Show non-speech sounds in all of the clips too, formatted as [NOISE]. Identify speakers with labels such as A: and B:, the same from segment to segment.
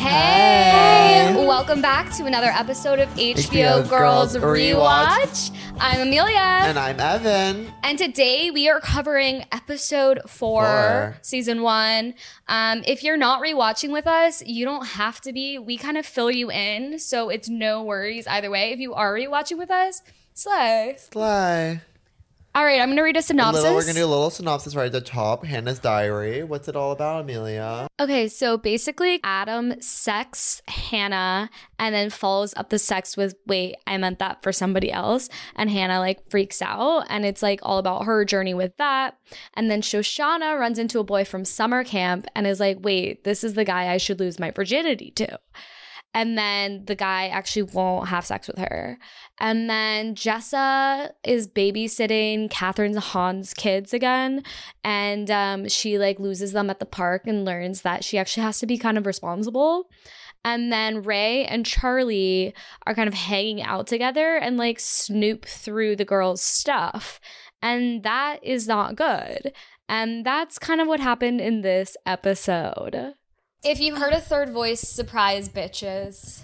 A: Hey.
B: Hey.
A: welcome back to another episode of HBO,
B: HBO
A: Girls,
B: Girls
A: Rewatch. I'm Amelia, and,
B: And I'm Evan.
A: today we are covering episode four,
B: Four.
A: season one. Um, if you're not rewatching with us, you don't have to be. We kind of fill you in, so it's no worries either way. If you are rewatching with us, slay.
B: Sly.
A: All right, I'm gonna read a
B: A
A: synopsis.
B: little, we're gonna do a little synopsis right at the top. Hannah's diary. What's it all about, Amelia?
A: Okay, so basically, Adam sexts Hannah and then follows up the sex with, wait, I meant that for somebody else. And Hannah like freaks out and it's like all about her journey with that. And then Shoshana runs into a boy from summer camp and is like, wait, this is the guy I should lose my virginity to. And then the guy actually won't have sex with her. And then Jessa is babysitting Catherine's Hans kids again and um, she like loses them at the park and learns that she actually has to be kind of responsible and then ray and charlie are kind of hanging out together and like snoop through the girls stuff and that is not good and that's kind of what happened in this episode
C: If you heard a third voice, surprise bitches.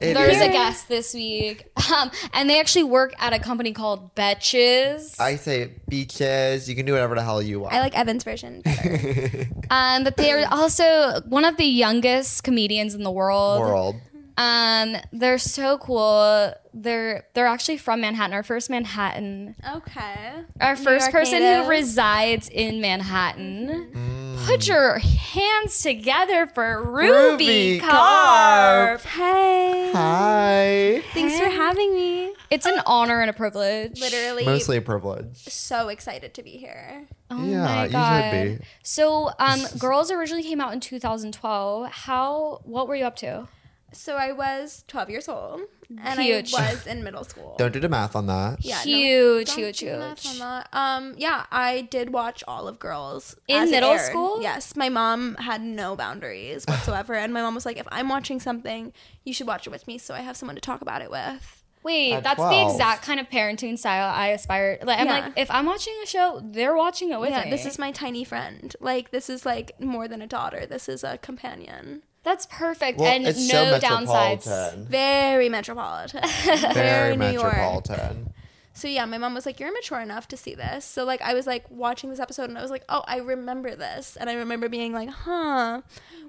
B: It
C: There was
B: is-
C: a guest this week. [LAUGHS] Um, and they actually work at a company called Betches.
B: I say beaches. You can do whatever the hell you want.
D: I like Evan's version. better.
C: Um, but they
B: Mm.
C: are also one of the youngest comedians in the world.
B: world.
C: Um, they're so cool. They're they're actually from Manhattan, our first Manhattan.
D: [LAUGHS] okay.
C: Our first
D: York
C: person
D: native.
C: who resides in Manhattan.
B: Mm.
C: Put your hands together for Ruby,
B: Ruby
C: Carp.
D: Hey.
B: Hi.
D: Thanks for having me.
C: It's an honor and a privilege.
D: Literally
B: Mostly privilege.
D: so excited to be here.
C: Oh
B: yeah,
C: my
B: you
C: God.
B: should be.
C: So, um,
B: [LAUGHS]
C: Girls originally came out in 2012. How? What were you up to?
D: So I was 12 years old and
C: Huge.
D: I was in middle school.
B: Don't do the math on that.
D: Yeah, no,
C: huge,
D: don't
C: huge,
D: do math on
C: huge.
D: that. Um, yeah, I did watch all of Girls
C: In
D: as it
C: middle
D: aired.
C: school?
D: Yes, my mom had no
B: [LAUGHS]
D: boundaries whatsoever, and my mom was like, "If I'm watching something, you should watch it with me, so I have someone to talk about it with."
C: Wait,
B: At
C: that's
B: 12.
C: the exact kind of parenting style I aspire. Like, I'm
D: Yeah.
C: like, if I'm watching a show, they're watching it with
D: yeah,
C: me.
D: this is my tiny friend. Like, this is like more than a daughter. This is a companion.
C: that's perfect
B: Well,
C: and no
B: it's so
C: downsides.
B: metropolitan.
D: Very metropolitan. [LAUGHS]
B: Very
D: New York.
B: metropolitan.
D: So yeah, my mom was like, "You're mature enough to see this." So like, I was like watching this episode, and I was like, "Oh, I remember this," and I remember being like, "Huh,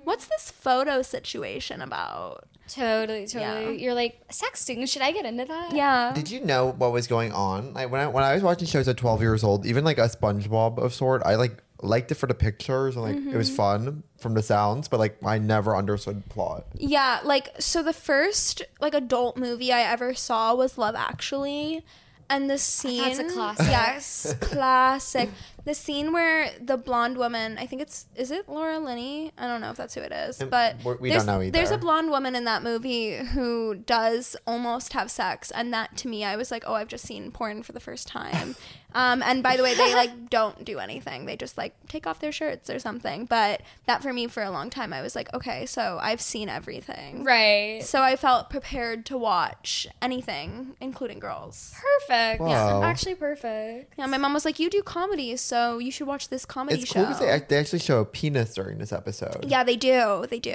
D: what's this photo situation about?"
C: Totally, totally. You're like sexting. Should I get into that?
D: Yeah,
B: Did you know what was going on? Like when I when I was watching shows at twelve years old, even like a SpongeBob of sort, I like liked it for the pictures and like it
D: Mm-hmm.
B: was fun from the sounds, but like I never understood the plot.
D: yeah. Like, so the first like adult movie I ever saw was Love Actually, and the scene
C: That's a classic.
D: Yes, classic. The scene where the blonde woman, I think it's is it Laura Linney? I don't know if that's who it is,
B: Um,
D: but
B: we- we
D: there's-
B: don't know
D: There's
B: either.
D: a blonde woman in that movie who does almost have sex, and that to me, I was like, oh, I've just seen porn for the
B: [LAUGHS]
D: first time. um, and by the way, they like don't do anything; they just like take off their shirts or something. But that for me, for a long time, I was like, okay, so I've seen everything.
C: Right.
D: So I felt prepared to watch anything, including girls.
C: Perfect.
B: Wow.
C: Actually, perfect.
D: [LAUGHS] Yeah, my mom was like, "You do comedy, so you should watch this comedy
B: It's
D: show."
B: cool because they, act- they actually show a penis during this episode.
D: Yeah, they do. They do.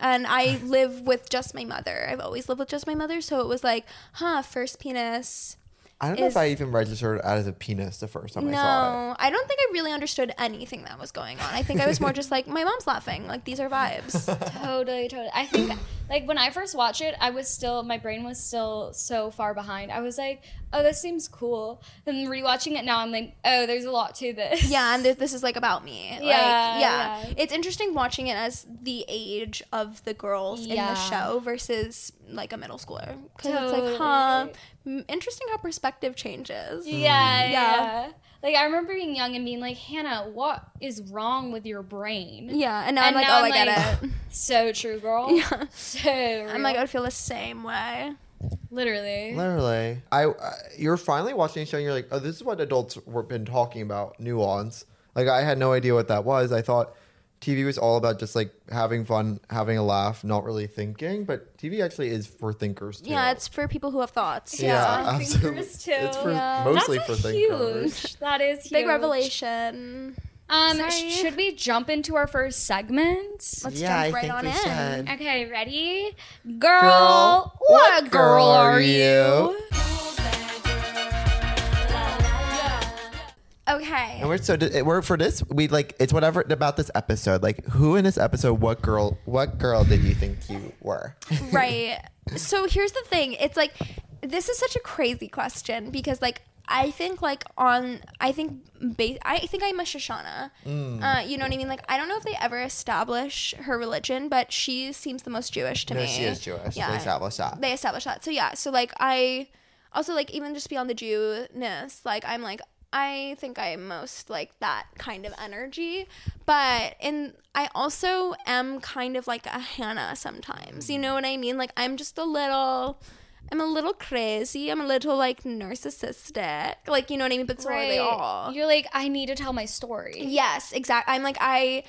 D: And I [LAUGHS] live with just my mother. I've always lived with just my mother. So it was like, huh, first penis.
B: I don't know if
D: is-
B: I even registered it as a penis the first time Oh, I saw it.
D: No, I don't think I really understood anything that was going on. I think I was more just like, my mom's laughing. Like, these are vibes.
B: [LAUGHS]
C: Totally, totally. I think like when I first watched it, I was still my brain was still so far behind. I was like, oh, this seems cool. Then rewatching it now, I'm like, oh, there's a lot to this. [LAUGHS]
D: yeah, and th- this is like about me. Like,
C: Yeah,
D: yeah.
C: yeah.
D: It's interesting watching it as the age of the girls in
C: Yeah.
D: the show versus like a middle schooler. Because it's
C: Totally.
D: like, huh, m- interesting how perspective changes.
C: Yeah, yeah,
D: Yeah.
C: yeah. Like I remember being young and being like, Hannah, what is wrong with your brain?
D: Yeah, and now
C: And
D: I'm like,
C: now
D: oh,
C: I'm
D: I
C: like- [LAUGHS]
D: get it.
C: So true, girl.
D: Yeah.
C: So
D: I'm like, I would feel the same way.
C: literally.
B: Literally, I uh, you're finally watching a show and you're like, oh, this is what adults were been talking about nuance. Like I had no idea what that was. I thought TV was all about just like having fun, having a laugh, not really thinking. But TV actually is for thinkers too.
D: Yeah, it's for people who have thoughts.
B: yeah,
C: for thinkers
B: absolutely.
C: too.
B: It's for
D: Yeah.
B: mostly
C: That's
B: for
C: a
B: thinkers.
C: huge. That is huge.
D: Big revelation.
C: Um,
D: Sorry.
C: sh- should we jump into our first segment?
D: Let's
E: yeah,
D: jump
E: I
D: right
E: think
D: on
E: we
D: in.
E: should.
C: Okay, ready? Girl,
B: Girl,
C: what, girl, are, you?
D: Okay.
B: And we're so we're for this we like it's whatever about this episode like who in this episode what girl what girl did you think you
D: [LAUGHS]
B: were [LAUGHS]
D: right. So here's the thing. It's like this is such a crazy question because like I think like on I think base I think I'm a Shoshana.
B: Mm.
D: Uh, you know what I mean? Like I don't know if they ever establish her religion, but she seems the most Jewish to
B: no
D: me.
B: she is Jewish
D: Yeah.
B: they established that
D: They established that. So yeah. So like I also like even just beyond the Jewness, like I'm like I think I'm most like that kind of energy, but in I also am kind of like a Hannah sometimes. You know what I mean? Like I'm just a little. I'm a little crazy. I'm a little like narcissistic. Like you know what I mean? But so are they all.
C: You're like, I need to tell my story.
D: Yes, exactly. I'm like I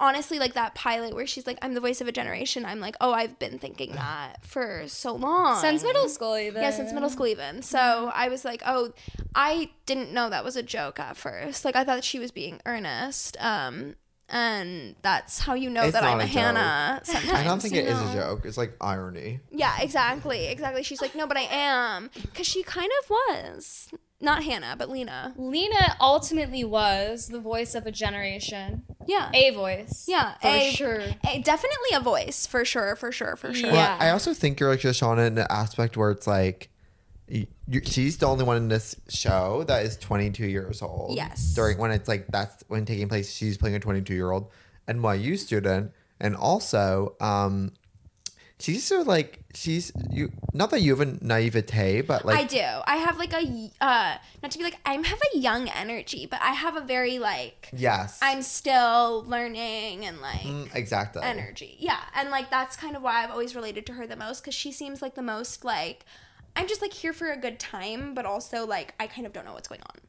D: honestly like that pilot where she's like I'm the voice of a generation. I'm like, "Oh, I've been thinking that for so long."
C: Since middle school, even.
D: Yeah, since middle school even. So I was like, oh, I didn't know that was a joke at first. Like I thought she was being earnest. Um, and that's how you know
B: It's
D: that
B: not
D: I'm
B: a
D: a
B: joke.
D: Hannah. Sometimes. [LAUGHS]
B: I don't think
D: you
B: it is
D: know?
B: a joke it's like irony
D: Yeah, exactly, exactly. She's like, no, but I am, because she kind of was not Hannah, but Lena.
C: Lena ultimately was the voice of a generation,
D: Yeah,
C: a voice.
D: yeah,
C: for
D: a-
C: sure.
D: a- definitely a voice for sure, for sure, for sure.
C: Yeah.
B: Well, I also think you're like Shoshana in the aspect where it's like, you, you, she's the only one in this show that is 22 years old.
D: Yes.
B: During when it's like that's when taking place, she's playing a 22 year old NYU student, and also, um, she's so like she's you. Not that you have a naivete, but like
D: I do. I have like a y- uh, not to be like I have a young energy, but I have a very like
B: Yes.
D: I'm still learning and like
B: Mm, exactly.
D: energy. Yeah. And like that's kind of why I've always related to her the most because she seems like the most like I'm just like here for a good time, but also like I kind of don't know what's going on.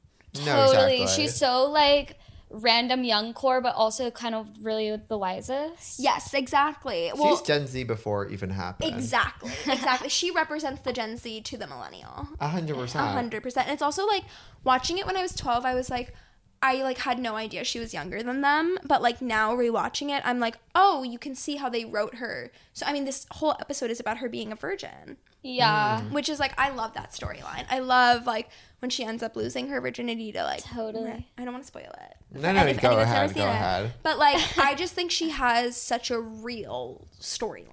B: No,
C: totally.
B: exactly.
C: She's so like random young core, but also kind of really the wisest.
D: Yes, exactly. Well,
B: she's Gen Z before it even happened.
D: [LAUGHS] exactly. Exactly. she represents the Gen Z to the millennial.
B: A hundred
D: A
B: percent.
D: hundred percent. And it's also like watching it when I was twelve, I was like, I like had no idea she was younger than them. But like now rewatching it, I'm like, oh, you can see how they wrote her. So I mean, this whole episode is about her being a virgin,
C: Yeah.
D: which is like I love that storyline. I love like when she ends up losing her virginity to like
C: Totally.
D: I don't want to spoil it.
B: No, no,
D: And if
B: go
D: anyone's never
B: ahead. Go
D: seen it.
B: ahead.
D: But
C: [LAUGHS]
D: like, I just think she has such a real storyline.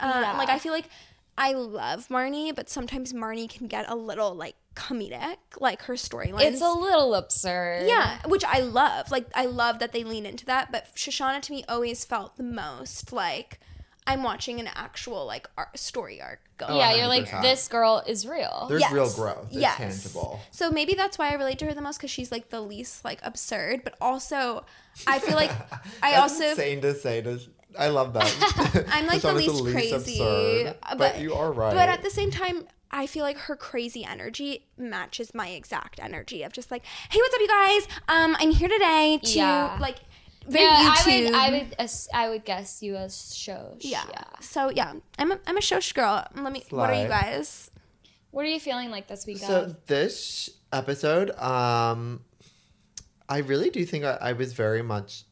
D: Um,
C: Yeah.
D: Like, I feel like I love Marnie, but sometimes Marnie can get a little like comedic, like her storyline.
B: Mm-hmm.
C: It's a little absurd.
D: yeah, which I love. Like, I love that they lean into that. But Shoshana to me always felt the most like I'm watching an actual like ar story arc. Going
C: Yeah,
B: Oh,
C: you're like,
B: 100%.
C: this girl is real.
B: There's
D: Yes.
B: real growth. It's
D: Yes.
B: tangible.
D: So maybe that's why I relate to her the most because she's like the least like absurd, but also I
B: [LAUGHS]
D: feel like I
B: That's
D: also
B: insane to say this. I love that.
D: [LAUGHS]
B: [LAUGHS]
D: I'm like the
B: Someone's
D: least, crazy,
B: absurd,
D: uh,
B: but, you are right.
D: But at the same time, I feel like her crazy energy matches my exact energy of just like, hey, what's up, you guys? Um, I'm here today to
C: Yeah.
D: like very
C: yeah, I
D: YouTube.
C: would, I would, as- I would guess you as shows.
D: yeah. So yeah, I'm a, I'm a shosh girl. Let me. What are you
B: Slide.
D: guys?
C: What are you feeling like this weekend?
B: so this episode, um, I really do think I, I was very much.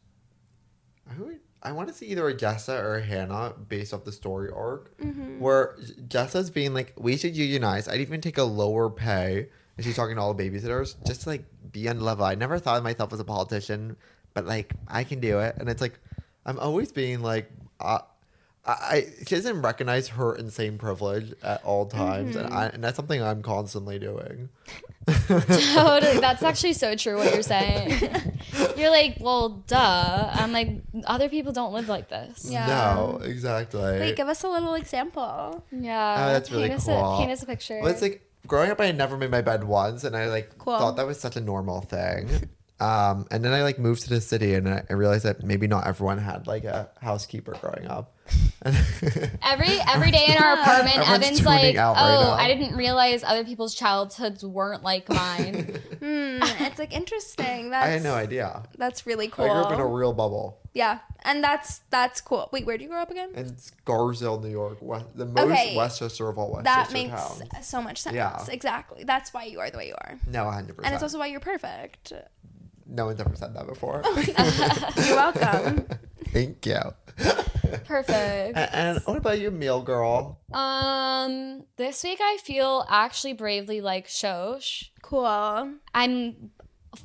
B: I would, I want to see either a Jessa or a Hannah based off the story arc,
D: Mm-hmm.
B: where Jessa's being like, "We should unionize." I'd even take a lower pay, and she's talking to all the babysitters just to like be on level. I never thought of myself as a politician, but like I can do it, and it's like I'm always being like. Uh, I- I she doesn't recognize her insane privilege at all times, and,
D: Mm-hmm.
B: I, and that's something I'm constantly doing.
C: [LAUGHS] totally. That's actually so true what you're
B: [LAUGHS]
C: saying. you're like, well, duh. I'm like, other people don't live like this.
D: Yeah.
B: No, exactly.
D: Wait, give us a little example.
C: Yeah.
B: Oh, that's really
C: paint Us
B: cool.
C: a, paint us a picture.
B: Well, it's like growing up, I had never made my bed once, and I like
D: Cool.
B: thought that was such a normal thing. Um, and then I like moved to the city, and I, I realized that maybe not everyone had like a housekeeper growing up. [LAUGHS] And
C: Every every day in our apartment,
B: [LAUGHS] Everyone's
C: Evan's
B: tuning
C: like,
B: out right
C: "Oh,
B: now.
C: I didn't realize other people's childhoods weren't like
B: [LAUGHS]
C: mine."
D: Hmm, it's like interesting. That's,
B: I had no idea.
D: That's really cool.
B: I grew up in a real bubble
D: yeah, and that's that's cool. Wait, where do you grow up again?
B: in Scarsdale, New York, West, the most
D: Okay.
B: Westchester of all Westchester
D: that makes
B: towns.
D: so much sense.
B: Yeah.
D: Exactly. That's why you are the way you are.
B: No, hundred percent.
D: And it's also why you're perfect.
B: No one's ever said that
D: [LAUGHS]
B: before. [LAUGHS]
D: You're welcome.
B: Thank you.
C: Perfect.
B: A- And what about you, meal girl?
C: Um, this week I feel actually bravely like Shosh.
D: Cool.
C: I'm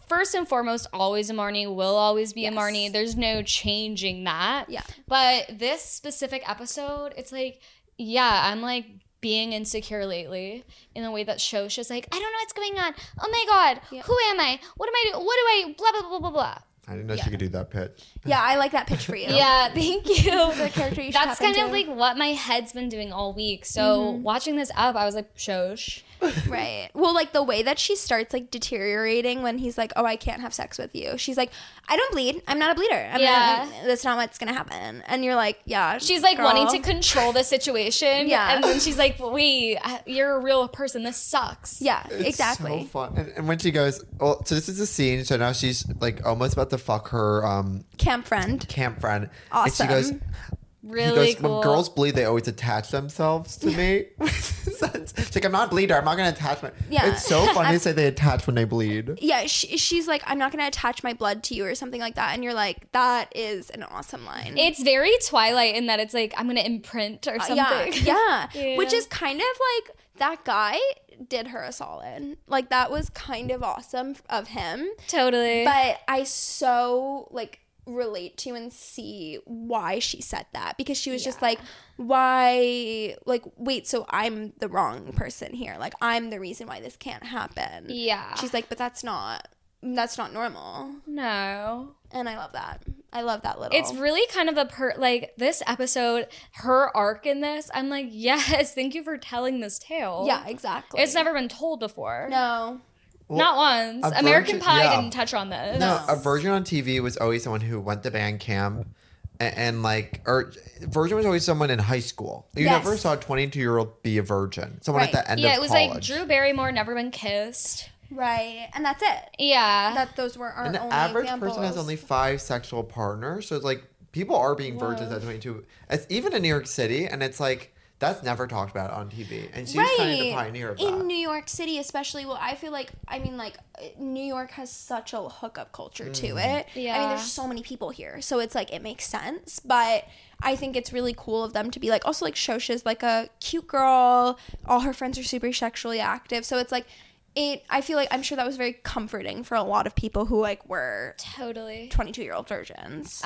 C: first and foremost always a Marnie, will always be
D: Yes.
C: a Marnie. There's no changing that.
D: Yeah.
C: But this specific episode, it's like, yeah, I'm like being insecure lately in a way that Shosh is like, I don't know what's going on. Oh my God.
D: Yeah.
C: Who am I? What am I doing? What do I? Blah, blah, blah, blah, blah.
B: I didn't know
D: Yeah.
B: she could do that pitch.
D: Yeah, I like that pitch for you.
C: Yeah, thank
D: [LAUGHS]
C: you.
D: The character you should
C: That's
D: tap
C: kind of
D: into.
C: like what my head's been doing all week. So
D: Mm-hmm.
C: watching this up, I was like, Shosh.
D: Right. Well, like the way that she starts like deteriorating when he's like, "Oh, I can't have sex with you." She's like, "I don't bleed. I'm not a bleeder. I'm
C: Yeah.
D: not, that's not what's gonna happen." And you're like, "Yeah."
C: She's like
D: girl.
C: wanting to control the situation.
D: Yeah.
C: And then she's like, wait, I- you're a real person. This sucks.
D: Yeah,
B: It's So
D: exactly.
B: fun. And, and when she goes, well, so this is a scene. So now she's like almost about to fuck her um
D: Camp friend.
B: camp friend.
D: Awesome.
B: And she goes,
C: Really
B: he goes,
C: cool.
B: when girls bleed, they always attach themselves to me. [LAUGHS] it's like, I'm not a bleeder. I'm not going to attach my.
D: Yeah.
B: It's so funny to say they attach when they bleed.
D: Yeah, she, she's like, "I'm not gonna attach my blood to you" or something like that. And you're like, "That is an awesome line."
C: It's very Twilight in that it's like, I'm going to imprint or something.
D: Uh, yeah, yeah.
C: [LAUGHS] Yeah.
D: Which is kind of like that guy did her a solid. Like that was kind of awesome of him.
C: totally.
D: but I so like relate to and see why she said that because she was just like why like wait so I'm the wrong person here like I'm the reason why this can't happen
C: yeah.
D: she's like but that's not that's not normal
C: no.
D: and I love that I love that little
C: It's really kind of a per like this episode, her arc in this. I'm like, [LAUGHS] yes, thank you for telling this tale.
D: yeah exactly
C: It's never been told before.
D: no
C: Not once.
B: a
C: American
B: virgin-
C: Pie
B: yeah.
C: didn't touch on this.
B: No, a virgin on TV was always someone who went to band camp. And, and like, or virgin was always someone in high school. You
D: Yes.
B: never saw a 22 year old be a virgin. Someone at
D: Right.
B: the end
C: Yeah,
B: of
C: it was like
B: college.
C: Drew Barrymore never been kissed.
D: right and that's it
C: Yeah.
D: that those were our
B: And the
D: only
B: Ah, average
D: examples.
B: person has only five sexual partners. So it's like people are being virgins at 22. It's even in New York City. And it's like, that's never talked about on TV. And she's kind of the pioneer of
D: in
B: that.
D: New York City, especially. Well, I feel like I mean, like uh, New York has such a hookup culture to
B: Mm.
D: it. I mean,
C: Yeah.
D: there's so many people here, so it's like it makes sense. But I think it's really cool of them to be like. Also, like Shosha's like a cute girl. All her friends are super sexually active, so it's like. It, I feel like I'm sure that was very comforting for a lot of people who like were
C: Totally.
D: 22 year old
C: Ah.
D: virgins.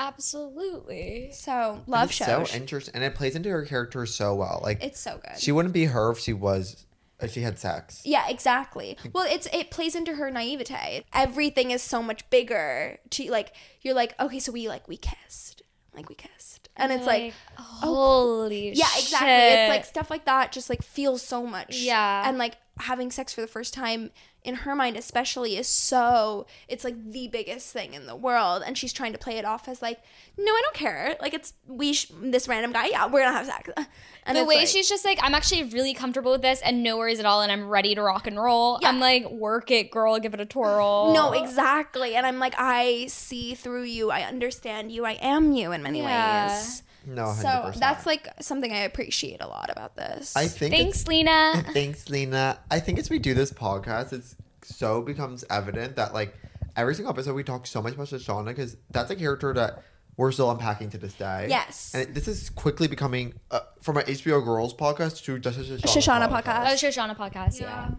C: Absolutely.
D: So love
B: it's
D: Shosha.
B: so interesting, and it plays into her character so well. Like
D: it's so good.
B: she wouldn't be her if she was if she had sex.
D: Yeah, exactly. Well, it's it plays into her naivete. Everything is so much bigger. To like, you're like, okay, so we like we kissed, like we kissed, and it's like,
C: holy
D: Oh. yeah, exactly. It's like stuff like that just like feels so much.
C: Yeah.
D: and like having sex for the first time in her mind, especially, is so it's like the biggest thing in the world, and she's trying to play it off as like, no, I don't care. Like it's we sh- this random guy. Yeah, we're gonna have sex. [LAUGHS] And
C: the
D: it's
C: way
D: like-
C: she's just like, I'm actually really comfortable with this and no worries at all, and I'm ready to rock and roll.
D: Yeah.
C: I'm like, work it, girl, give it a twirl.
D: No, exactly. And I'm like, I see through you. I understand you. I am you in many
C: Yeah.
D: ways.
B: No, hundred
D: So
B: percent.
D: that's like something I appreciate a lot about this.
B: I think.
C: [LAUGHS]
B: it's-
C: Thanks,
D: [LAUGHS]
C: Lena.
B: thanks, Lena. I think as we do this podcast, it's so becomes evident that like every single episode we talk so much about Shoshana because that's a character that we're still unpacking to this day.
D: Yes.
B: and this is quickly becoming uh, from an HBO Girls podcast to just a Shoshana,
D: Shoshana podcast.
C: Oh, Shoshana podcast, yeah.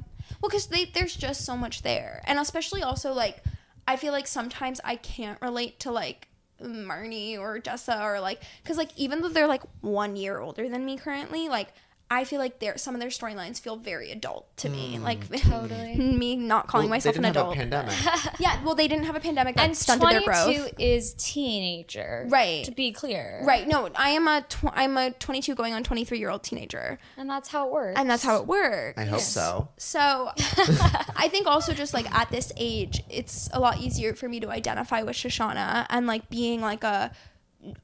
D: Well, because there's just so much there, and especially also like, I feel like sometimes I can't relate to like Marnie or Jessa or like, because like even though they're like one year older than me currently, like I feel like their some of their storylines feel very adult to me, like [LAUGHS]
C: Totally.
D: me not calling
B: Mm. Well,
D: myself
B: they didn't
D: an
B: have a
D: adult.
B: pandemic.
D: yeah, well, they didn't have a pandemic that
C: And
D: stunted their growth.
C: 22 is teenager.
D: Right.
C: To be clear.
D: Right. No, I am a tw- I'm a 22 going on 23 year old teenager,
C: And that's how it works.
D: and that's how it works.
B: I
D: [LAUGHS]
B: hope so.
D: So, [LAUGHS] I think also just like at this age, it's a lot easier for me to identify with Shoshana and like being like a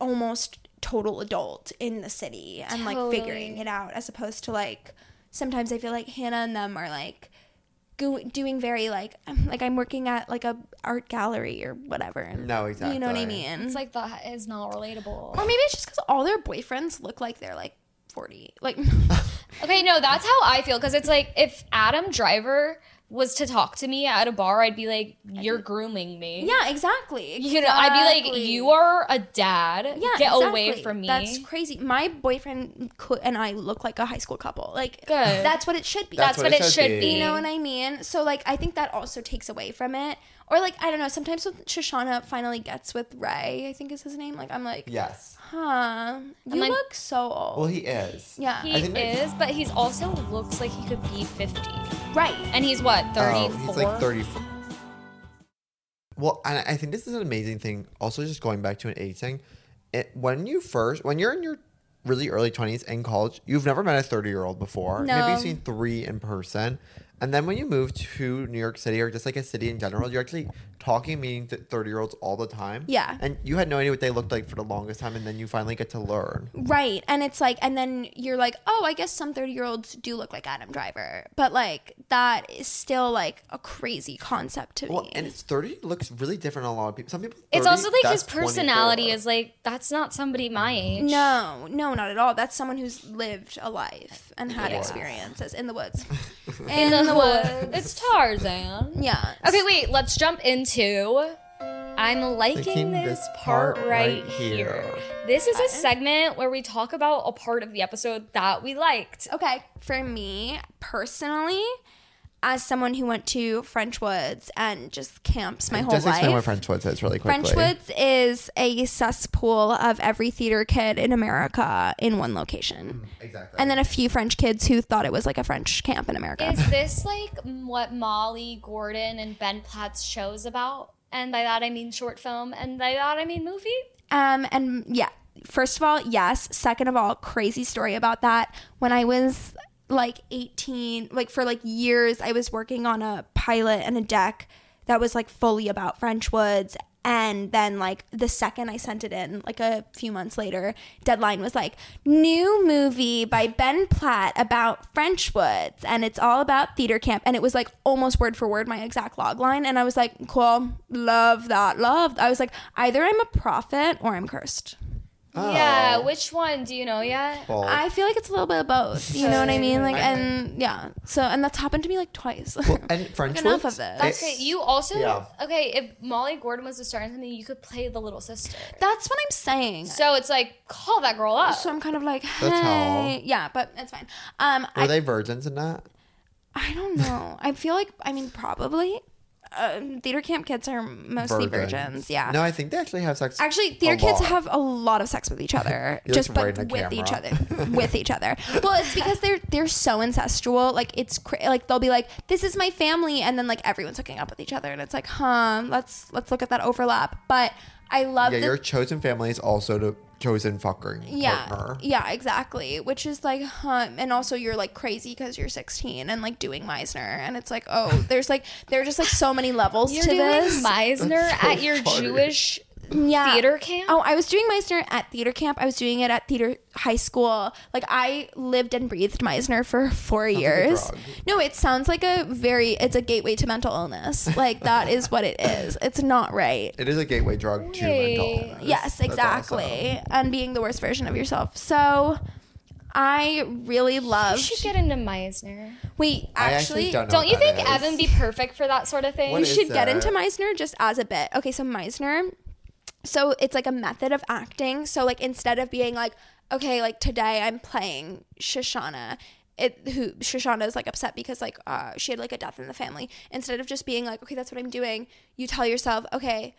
D: almost total adult in the city and like
C: Totally.
D: figuring it out as opposed to like sometimes I feel like Hannah and them are like go- doing very like I'm like I'm working at like a art gallery or whatever. and
B: No,
D: You know what I
B: exactly.
D: mean?
C: It's like, that is not relatable.
D: Or maybe it's just because all their boyfriends look like they're like 40. Like,
C: [LAUGHS] Okay, no, that's how I feel because it's like if Adam Driver was to talk to me at a bar, I'd be like, "You're grooming me."
D: Yeah, exactly.
C: You know, I'd be like,
D: Exactly.
C: "You are a dad.
D: Yeah,
C: Get away
D: exactly.
C: from me."
D: That's crazy. My boyfriend could, and I look like a high school couple. Like,
C: Good.
D: That's what it should be.
B: That's
C: That's what it should be.
D: You know what I mean? So like I think that also takes away from it. Or like I don't know, sometimes when Shoshana finally gets with Ray, I think is his name. Like I'm like,
B: Yes.
D: huh. You
C: like-
D: look so old.
B: Well, he is.
D: yeah.
C: He
B: I think that-
C: is, but he's also looks like he could be 50.
D: right.
C: And he's what, 34?
B: Oh, he's like 34. Well, and I I think this is an amazing thing. Also, just going back to an age thing, it, when you first, when you're in your really early 20s in college, you've never met a 30 year old before. Maybe
D: No.
B: you've seen three in person. And then when you move to New York City or just like a city in general, you're actually talking, meeting 30 year olds all the time.
D: Yeah.
B: And you had no idea what they looked like for the longest time. And then you finally get to learn.
D: Right. And it's like and then you're like, "Oh, I guess some 30-year-olds do look like Adam Driver." But like that is still like a crazy concept to
B: Well,
D: me.
B: and it's 30 looks really different on a lot of people. Some people,
C: It's
B: 30,
C: also like his
B: that's 24.
C: personality is like, that's not somebody my age.
D: No, no, not at all. That's someone who's lived a life and had
C: Yeah.
D: experiences in the
B: [LAUGHS]
D: woods.
C: And then what? It's Tarzan.
D: Yeah.
C: Okay, wait, let's jump into I'm liking
B: Liking
C: this part right here. This is a segment where we talk about a part of the episode that we liked.
D: Okay, for me personally, as someone who went to French Woods and just camps my whole
B: Just
D: life.
B: explain what French Woods is really quickly.
D: French Woods is a cesspool of every theater kid in America in one location.
B: Exactly.
D: And then a few French kids who thought it was like a French camp in America.
C: Is this like what Molly Gordon and Ben Platt's show's about? And by that I mean short film, and by that I mean movie.
D: Um, and yeah, first of all, yes. Second of all, crazy story about that. When I was like 18, like for like years, I was working on a pilot and a deck that was like fully about French woods. And then, like, the second I sent it in, like a few months later, Deadline was like, new movie by Ben Platt about French woods. And it's all about theater camp. And it was like almost word for word my exact log line. And I was like, cool, love that, love. I was like, either I'm a prophet or I'm cursed.
C: Yeah, which one do you know yet?
B: Oh. Well,
D: I feel like it's a little bit of both. You know what I mean? Like, and yeah. So, and that's happened to me like twice.
B: and French
D: enough
B: Woods,
D: of this.
C: That's
B: it's-
C: it. You also
B: Yeah.
C: okay. If Molly Gordon was to star in something, you could play the little sister.
D: [LAUGHS] that's what I'm saying.
C: So it's like call that girl up.
D: So I'm kind of like, hey.
B: how.
D: yeah, but it's fine. Um,
B: Were
D: I,
B: they virgins in that?
D: I don't know. I feel like, I mean, probably um, theater camp kids are mostly virgins. yeah.
B: No, I think they actually have sex.
D: Actually,
B: a
D: theater kids
B: lot.
D: have a lot of sex with each other,
B: [LAUGHS] You're
D: just
B: just
D: but
B: right in
D: with
B: the
D: each other,
B: camera. [LAUGHS]
D: with each other. Well, it's because they're they're so incestual. Like it's cra- like they'll be like, "This is my family," and then like everyone's hooking up with each other, and it's like, huh, let's let's look at that overlap. But I love
B: Yeah,
D: the
B: your chosen family is also the chosen fucking
D: yeah
B: partner.
D: yeah exactly which is like huh and also you're like crazy because you're 16 and like doing meisner and it's like
B: [LAUGHS]
D: oh there's like there are just like so many levels
C: You're
D: to
C: doing
D: this
C: Meisner
B: That's so
C: at your
B: funny.
C: Jewish
D: yeah
C: theater camp.
D: Oh, I was doing Meisner at theater camp. I was doing it at theater high school. Like I lived and breathed Meisner for four years.
B: drug.
D: No, it sounds like a very it's a gateway to mental illness. Like that is what it is. It's not right.
B: It is a gateway drug to mental
C: Wait.
B: illness.
D: Yes,
B: That's awesome.
D: exactly. And being the worst version of yourself. So I really love
C: you should get into Meisner.
D: Wait,
B: Oh, I
D: actually,
B: don't, know
C: Don't
B: what
C: you
B: that
C: think
B: is.
C: Evan be perfect for that sort of thing?
B: What
D: you
B: is
D: should get
B: that?
D: into Meisner just as a bit. Okay, so Meisner, so it's like a method of acting. So like instead of being like, okay, like today I'm playing Shoshana. It who Shoshana is like upset because like uh, she had like a death in the family. Instead of just being like, okay, that's what I'm doing, you tell yourself, okay,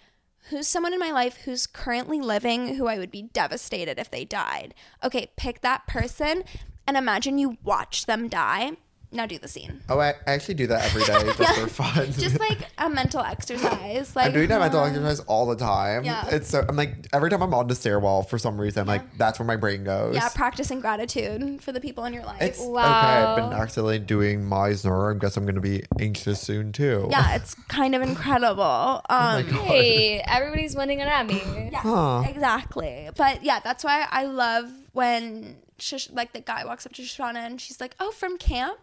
D: who's someone in my life who's currently living who I would be devastated if they died. Okay, pick that person and imagine you watch them die. Now do the scene
B: Oh, I I actually do that every
D: [LAUGHS]
B: day just for fun.
D: just like a mental exercise.
B: [LAUGHS]
D: Like um,
B: I'm doing that mental exercise all the time.
D: Yeah.
B: It's so I'm like every time I'm on the stairwell for some reason, like that's where my brain goes.
D: Yeah, practicing gratitude for the people in your life.
B: It's okay. I've
C: Wow.
B: been accidentally doing Meisner. I guess I'm gonna be anxious soon too.
D: yeah, it's kind of
B: Oh
D: incredible. Um,
C: Hey,
B: [LAUGHS]
C: everybody's winning an Emmy.
D: yeah,
B: Huh.
D: exactly. But yeah, that's why I love when Shosh- like the guy walks up to Shoshana and she's like, "Oh, from camp,"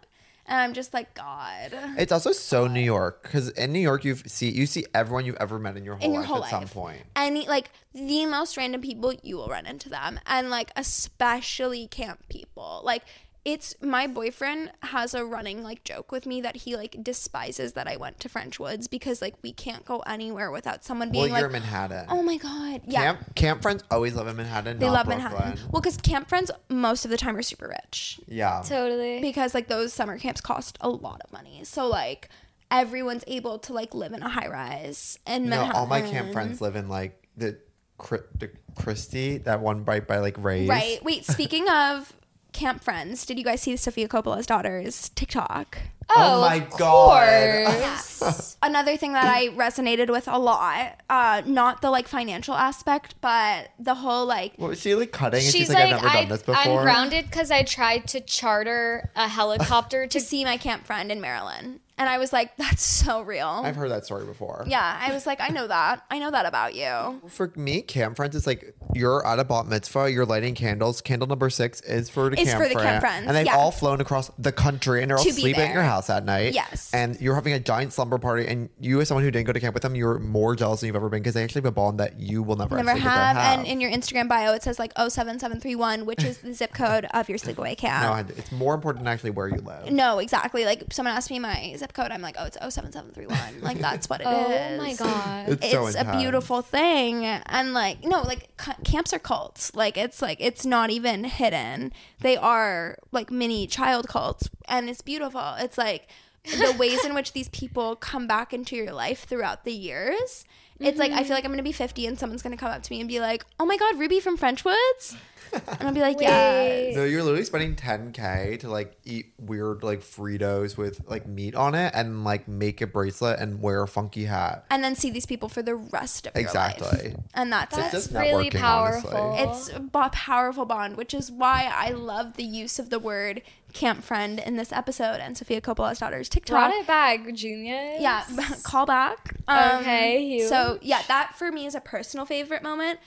D: and I'm just like, "God."
B: It's also so New York because in New York you see you see everyone you've ever met in your whole
D: In your
B: life
D: whole
B: at some
D: life.
B: point.
D: Any like the most random people you will run into them, and like especially camp people. Like it's my boyfriend has a running like joke with me that he like despises that I went to French Woods because like we can't go anywhere without someone
B: Well,
D: being
B: you're in
D: like,
B: Manhattan.
D: oh my god, yeah,
B: Camp, camp friends always live in Manhattan.
D: they
B: not
D: love
B: Brooklyn.
D: Manhattan. Well, because camp friends most of the time are super rich
B: Yeah.
C: Totally.
D: because like those summer camps cost a lot of money, so like everyone's able to like live in a high rise in
B: no,
D: Manhattan.
B: all my camp friends live in like the, Chri- the Christie, that one right by like Ray's.
D: Right. Wait. Speaking of camp friends, did you guys see Sofia Coppola's daughter's TikTok?
B: Oh my God. [LAUGHS]
C: course.
D: Another thing that I resonated with a lot, uh, not the like financial aspect, but the whole like
B: What was she like cutting?
C: She's,
B: and she's like,
C: like,
B: I've never
C: I,
B: done this before.
C: am grounded because I tried to charter a
B: [LAUGHS]
C: helicopter
D: to
C: to.
D: see my camp friend in Maryland, and I was like, that's so real.
B: I've heard that story before.
D: yeah, I was like, I know that. I know that about you.
B: For me, camp friends is like you're at a bat mitzvah, you're lighting candles. Candle number six is for the,
D: It's
B: camp,
D: for the camp
B: friend.
D: friends,
B: And they've
D: yeah.
B: all flown across the country and are all
D: To be
B: sleeping at your
D: there.
B: house at night.
D: Yes.
B: And you're having a giant slumber party. And you, as someone who didn't go to camp with them, you're more jealous than you've ever been because they actually have a bond that you will never,
D: Never
B: actually get to
D: have.
B: have.
D: And in your Instagram bio, it says like 07731, which is the zip code of your sleepaway camp.
B: no, and it's more important than actually where you live.
D: No, exactly. Like someone asked me my zip code, I'm like, oh, it's 07731. Like that's what it is.
A: Oh
C: [LAUGHS] Oh my god.
B: It's, so
D: It's a
B: intense.
D: beautiful thing, and like no, like c- camps are cults. Like it's like it's not even hidden. They are like mini child cults, and it's beautiful. It's like
B: [LAUGHS]
D: the ways in which these people come back into your life throughout the years. It's like
B: Mm-hmm.
D: I feel like I'm gonna be 50, and someone's gonna come up to me and be like, "Oh my God, Ruby
B: [LAUGHS]
D: from Frenchwoods," and I'll be like, "Yeah."
B: No, you're literally spending 10k to like eat weird like Fritos with like meat on it and like make a bracelet and wear a funky hat.
D: And then see these people for the rest of your life.
B: Exactly.
D: And that's,
C: That's
D: it.
B: just
C: really
B: networking,
C: powerful.
B: honestly.
D: It's a bo- powerful bond, which is why I love the use of the word camp friend in this episode and Sophia Coppola's daughter's TikTok.
C: Brought it back, genius.
D: Yeah, [LAUGHS] call back. Um,
C: Okay, you.
D: So, yeah, that for me is a personal favorite moment.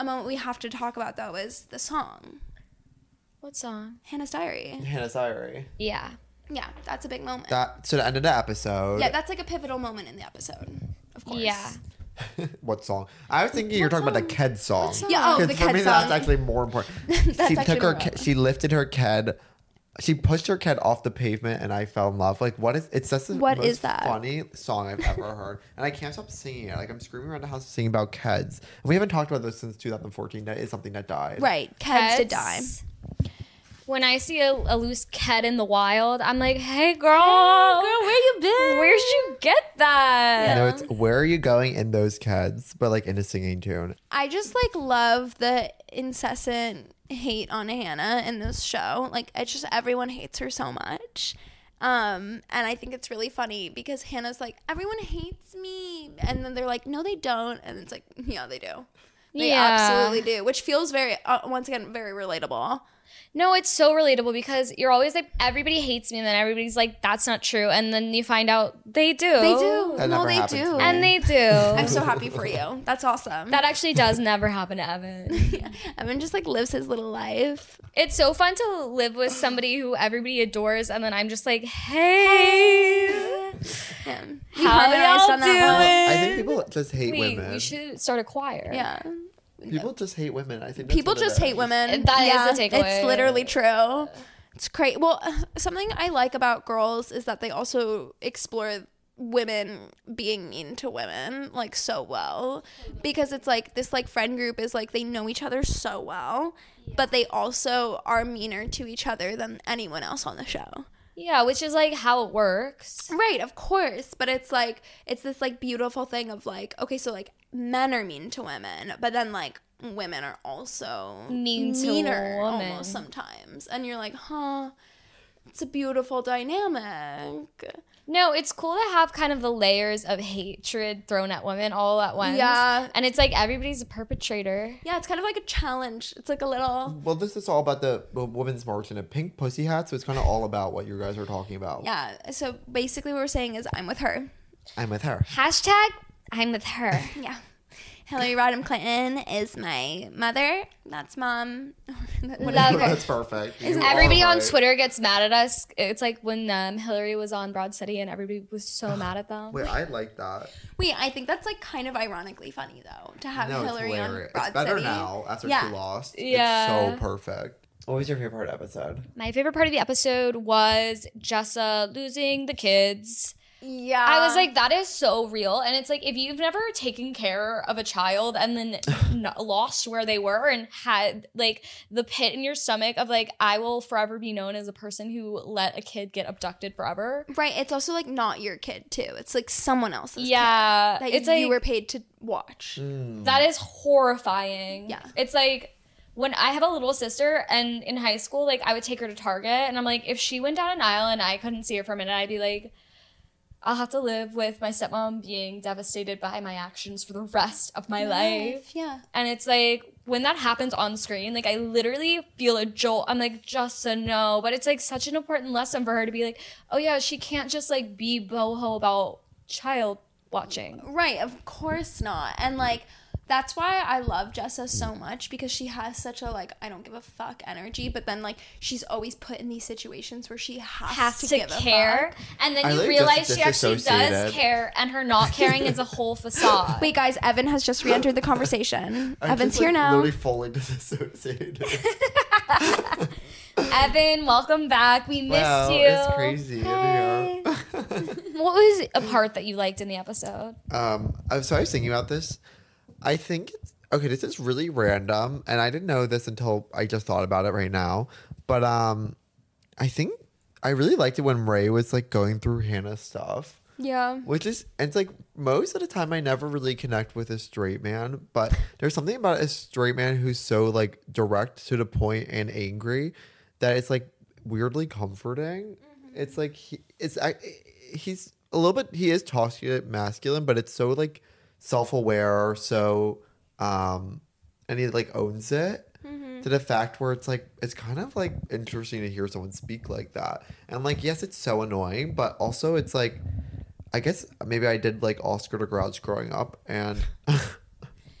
D: A moment we have to talk about, though, is the song,
C: What song?
D: Hannah's Diary.
B: Hannah Sirey.
C: Yeah.
D: Yeah, that's a big moment.
B: That so the end of the episode.
D: yeah, that's like a pivotal moment in the episode, of course.
C: Yeah.
B: [LAUGHS] what song? I was thinking you were talking about the Ked song.
D: Yeah, oh,
B: 'Cause
D: the
B: for
D: Ked
B: me, that's
D: song.
B: actually more important.
D: [LAUGHS] That's
B: she
D: actually
B: took her,
D: more
B: Ked- she lifted her Ked, she pushed her Ked off the pavement, and I fell in love. Like, what is? It's just the
D: What
B: most
D: is that?
B: funny song I've ever heard, and I can't stop singing it. Like, I'm screaming around the house singing about Keds. We haven't talked about this since 2014. That is something that died.
D: Right, Keds to die.
C: Keds. When I see a, a loose ked in the wild, I'm like, hey girl,
A: where you been?
C: where'd you get that?
B: No, it's where are you going in those Keds, but like in a singing tune.
D: I just like love the incessant hate on Hannah in this show. Like it's just everyone hates her so much. Um, and I think it's really funny because Hannah's like, everyone hates me. And then they're like, no, they don't. And it's like, yeah, they do. They
C: Yeah.
D: absolutely do, which feels very, uh, once again, very relatable.
C: No, it's so relatable because you're always like, everybody hates me, and then everybody's like, that's not true. And then you find out they do.
D: They do.
B: That never
D: no, Oh. they
B: happened to
D: do.
B: me.
C: And they do.
D: [LAUGHS] I'm so happy for you. That's awesome.
C: that actually does never happen to
D: [LAUGHS]
C: Evan.
D: Evan just like lives his little life.
C: It's so fun to live with somebody who everybody adores, and then I'm just like, hey.
D: Yeah. We
C: How
D: harmonized
C: y'all
D: on that
B: I think people just hate
C: We,
B: women.
C: we should start a choir.
D: one. Yeah.
B: People just hate women. I think that's
D: people
B: what it
D: just hate
B: is.
D: women.
C: That is the takeaway.
D: It's literally true. It's crazy. Well, [SIGHS] something I like about girls is that they also explore women being mean to women like so well because it's like this like friend group is like they know each other so well but they also are meaner to each other than anyone else on the show
C: Yeah, which is like how it works.
D: Right, of course. But it's like it's this like beautiful thing of like, okay, so like men are mean to women, but then like women are also
C: Mean to
D: meaner
C: a woman.
D: almost sometimes. And you're like, huh. It's a beautiful dynamic.
C: No, it's cool to have kind of the layers of hatred thrown at women all at once.
D: Yeah.
C: And it's like everybody's a perpetrator.
D: Yeah, it's kind of like a challenge. It's like a little
B: Well, this is all about the the women's march and a pink pussy hat, so it's kind of all about what you guys are talking about.
D: yeah. So basically, what we're saying is, I'm with her.
B: I'm with her.
C: Hashtag I'm with her.
D: Yeah. Hillary Rodham Clinton is my mother. That's mom. [LAUGHS]
B: [LAUGHS]
C: Love her.
B: That's perfect. You are
C: Everybody on
B: right.
C: Twitter gets mad at us. It's like when um, Hillary was on Broad City and everybody was so mad at them.
B: Wait, I like that.
D: Wait, I think that's like kind of ironically funny though to have
B: No, it's
D: Hillary on
B: hilarious.
D: Broad
B: it's better
D: City.
B: now after
D: Yeah.
B: she lost.
C: Yeah.
B: It's so perfect. What was your favorite episode?
C: My favorite part of the episode was Jessa losing the kids.
D: Yeah.
C: I was like, that is so real. And it's like, if you've never taken care of a child and then n- lost where they were and had like the pit in your stomach of like, I will forever be known as a person who let a kid get abducted forever.
D: right. It's also like not your kid too. It's like someone else's.
C: yeah.
D: kid that
C: it's
D: you
C: like,
D: were paid to watch.
B: Mm.
C: That is horrifying.
D: Yeah.
C: It's like when I have a little sister and in high school, like I would take her to Target and I'm like, if she went down an aisle and I couldn't see her for a minute, I'd be like, I'll have to live with my stepmom being devastated by my actions for the rest of my life.
D: Yeah.
C: And it's like when that happens on screen, like I literally feel a jolt. I'm like, just a no. But it's like such an important lesson for her to be like, oh yeah, she can't just like be boho about child watching.
D: Right, of course not. And like that's why I love Jessa so much because she has such a like I don't give a fuck energy, but then like she's always put in these situations where she has,
C: has
D: to,
C: to,
D: give
C: care,
D: A fuck.
C: and then
B: I
C: you
B: like
C: realize
B: just
C: she actually does
B: disassociated.
C: care, and her not caring
B: [LAUGHS]
C: is a whole facade.
D: Wait, guys, Evan has just re-entered the
B: [LAUGHS]
D: conversation.
B: I'm
D: Evan's
B: just,
D: here
B: like,
D: now.
B: Literally fully [LAUGHS]
D: [LAUGHS]
B: disassociated.
C: Evan, welcome back. We missed
B: wow,
C: you.
B: it's crazy.
D: Hey.
B: in [LAUGHS] here.
C: What was a part that you liked in the episode?
B: Um, I'm so I was thinking about this. I think it's okay. This is really random, and I didn't know this until I just thought about it right now. But um, I think I really liked it when Ray was like going through Hannah's stuff,
D: Yeah.
B: which is and it's like most of the time I never really connect with a straight man, but there's something about a straight man who's so like direct to the point and angry that it's like weirdly comforting. It's like he, it's I, he's a little bit he is toxic masculine, but it's so like self aware, so um, and he like owns it
D: Mm-hmm.
B: to the fact where it's like it's kind of like interesting to hear someone speak like that. And like yes, it's so annoying, but also it's like I guess maybe I did like Oscar de Grouch growing up, and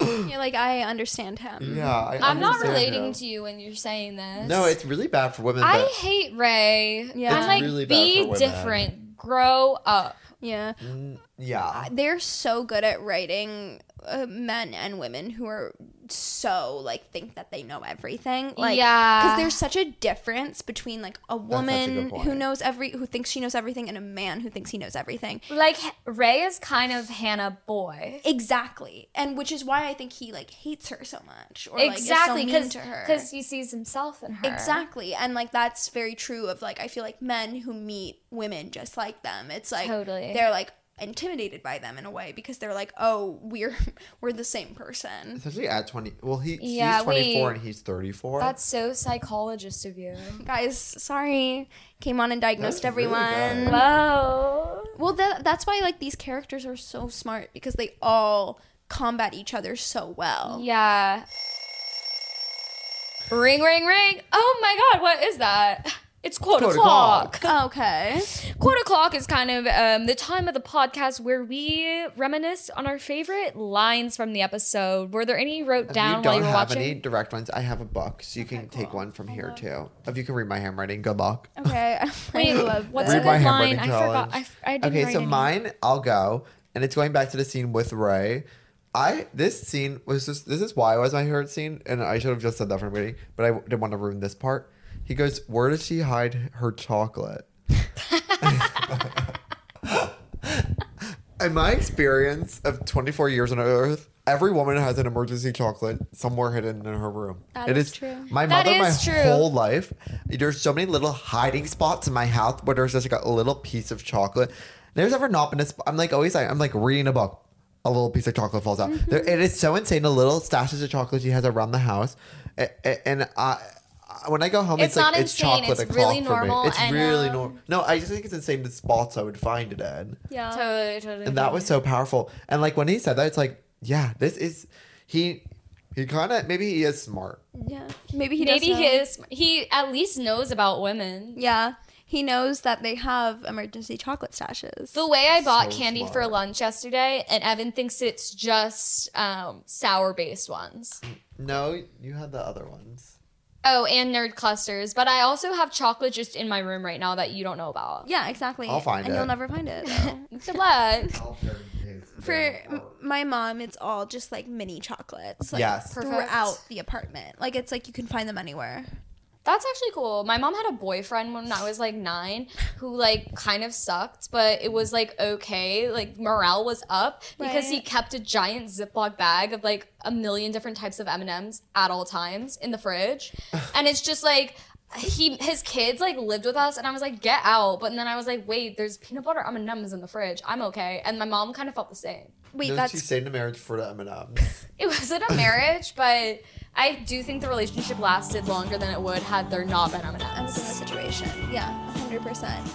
D: You're like, I understand
B: [LAUGHS]
D: him.
B: yeah, I
C: I'm not
B: understand
C: relating
B: him.
C: to you when you're saying this.
B: No, it's really bad for women.
C: I
B: but
C: hate Ray.
D: Yeah.
C: I'm
D: It's
C: like,
B: really bad for
C: be
B: women.
C: different. Grow up.
D: Yeah.
B: Mm, yeah,
D: They're so good at writing uh, men and women who are so like think that they know everything. Like
C: Yeah.
D: Because there's such a difference between like a
B: such a good
D: woman who
B: point.
D: knows every who thinks she knows everything and a man who thinks he knows everything.
C: Like Ray is kind of Hannah boy.
D: Exactly. And which is why I think he like hates her so much or
C: exactly,
D: like is
C: because
D: so mean to her.
C: he sees himself in her.
D: Exactly. And like that's very true of like I feel like men who meet women just like them. It's like
C: Totally.
D: they're like intimidated by them in a way because they're like, "Oh, we're [LAUGHS] we're the
C: [LAUGHS]
D: same person."
B: especially at twenty. Well, he
C: Yeah,
B: he's twenty four
C: wait.
B: and he's thirty four.
C: That's so psychologist of you.
D: Guys, sorry. Came on and diagnosed
B: That was really
D: everyone.
B: good.
C: Whoa.
D: well, tha- that's why like these characters are so smart because they all combat each other so well.
C: Yeah. Ring, ring, ring. Oh my God, what is that? It's quarter,
B: Quarter
C: clock.
D: [LAUGHS] Okay.
C: Quarter clock is kind of um, the time of the podcast where we reminisce on our favorite lines from the episode. Were there any you wrote
B: If
C: down
B: you
C: while
B: don't
C: you were
B: have
C: watching?
B: any direct ones. I have a book, so you can take one from here too. If you can read my handwriting, good luck.
D: Okay.
C: [LAUGHS] Wait,
D: I love
C: what's
D: this.
C: a
B: Read my
C: good line?
B: handwriting
C: I forgot.
B: challenge.
C: I, f- I didn't
B: Okay,
C: write
B: so
C: any.
B: mine, I'll go, and it's going back to the scene with Ray. I this scene was just this is why it was my favorite scene, and I should have just said that from the beginning, but I didn't want to ruin this part. He goes, "Where does she hide her chocolate?" In my experience of 24 years on Earth, every woman has an emergency chocolate somewhere hidden in her room.
D: That
B: it
D: is
B: is
D: true.
B: My
C: That
B: mother,
C: is
B: my
C: true.
B: whole life, there's so many little hiding spots in my house where there's just like a little piece of chocolate. There's ever not been a spot. I'm like always like, I'm like reading a book. A little piece of chocolate falls out. There,
C: Mm-hmm.
B: it is so insane. The little stashes of chocolate she has around the house, A- a- and I, I- when I go home,
C: It's
B: it's, like
C: not
B: it's
C: insane.
B: chocolate
C: It's
B: o'clock
C: really
B: for me.
C: normal
B: It's
C: and,
B: really
C: um,
B: normal. No, I just think it's insane the spots I would find it in.
D: Yeah.
C: Totally, Uh, totally.
B: And that was so powerful. And like when he said that, it's like, yeah, this is he. He kind of maybe he is smart.
D: yeah. Maybe he
C: Maybe
D: does know.
C: he is. He at least knows about women.
D: Yeah. He knows that they have emergency chocolate stashes.
C: The way I bought
B: So
C: candy for
B: smart.
C: lunch yesterday, and Evan thinks it's just um, sour based ones.
B: No, you had the other ones.
C: Oh, and nerd clusters. But I also have chocolate just in my room right now that you don't know about.
D: yeah, exactly.
B: I'll find
D: and
B: it.
D: you'll never find it.
C: [LAUGHS]
D: though.
C: Good luck.
D: For m- my mom, it's all just like mini chocolates. Like,
B: Yes.
D: Throughout
C: Perfect.
D: the apartment. Like it's like you can find them anywhere.
C: That's actually cool. My mom had a boyfriend when I was like nine who like kind of sucked, but it was like okay. Like morale was up because he
D: Right.
C: kept a giant Ziploc bag of like a million different types of M&Ms at all times in the fridge. and it's just like he his kids like lived with us and I was like get out. But then I was like wait, there's peanut butter M&Ms in the fridge. I'm okay. And my mom kind of felt the same.
D: Wait,
B: Those
D: that's
B: two stayed in a marriage for the M&Ms.
C: It wasn't a marriage, but I do think the relationship lasted longer than it would had there not been M&Ms.
D: I was in the situation. Yeah, 100%.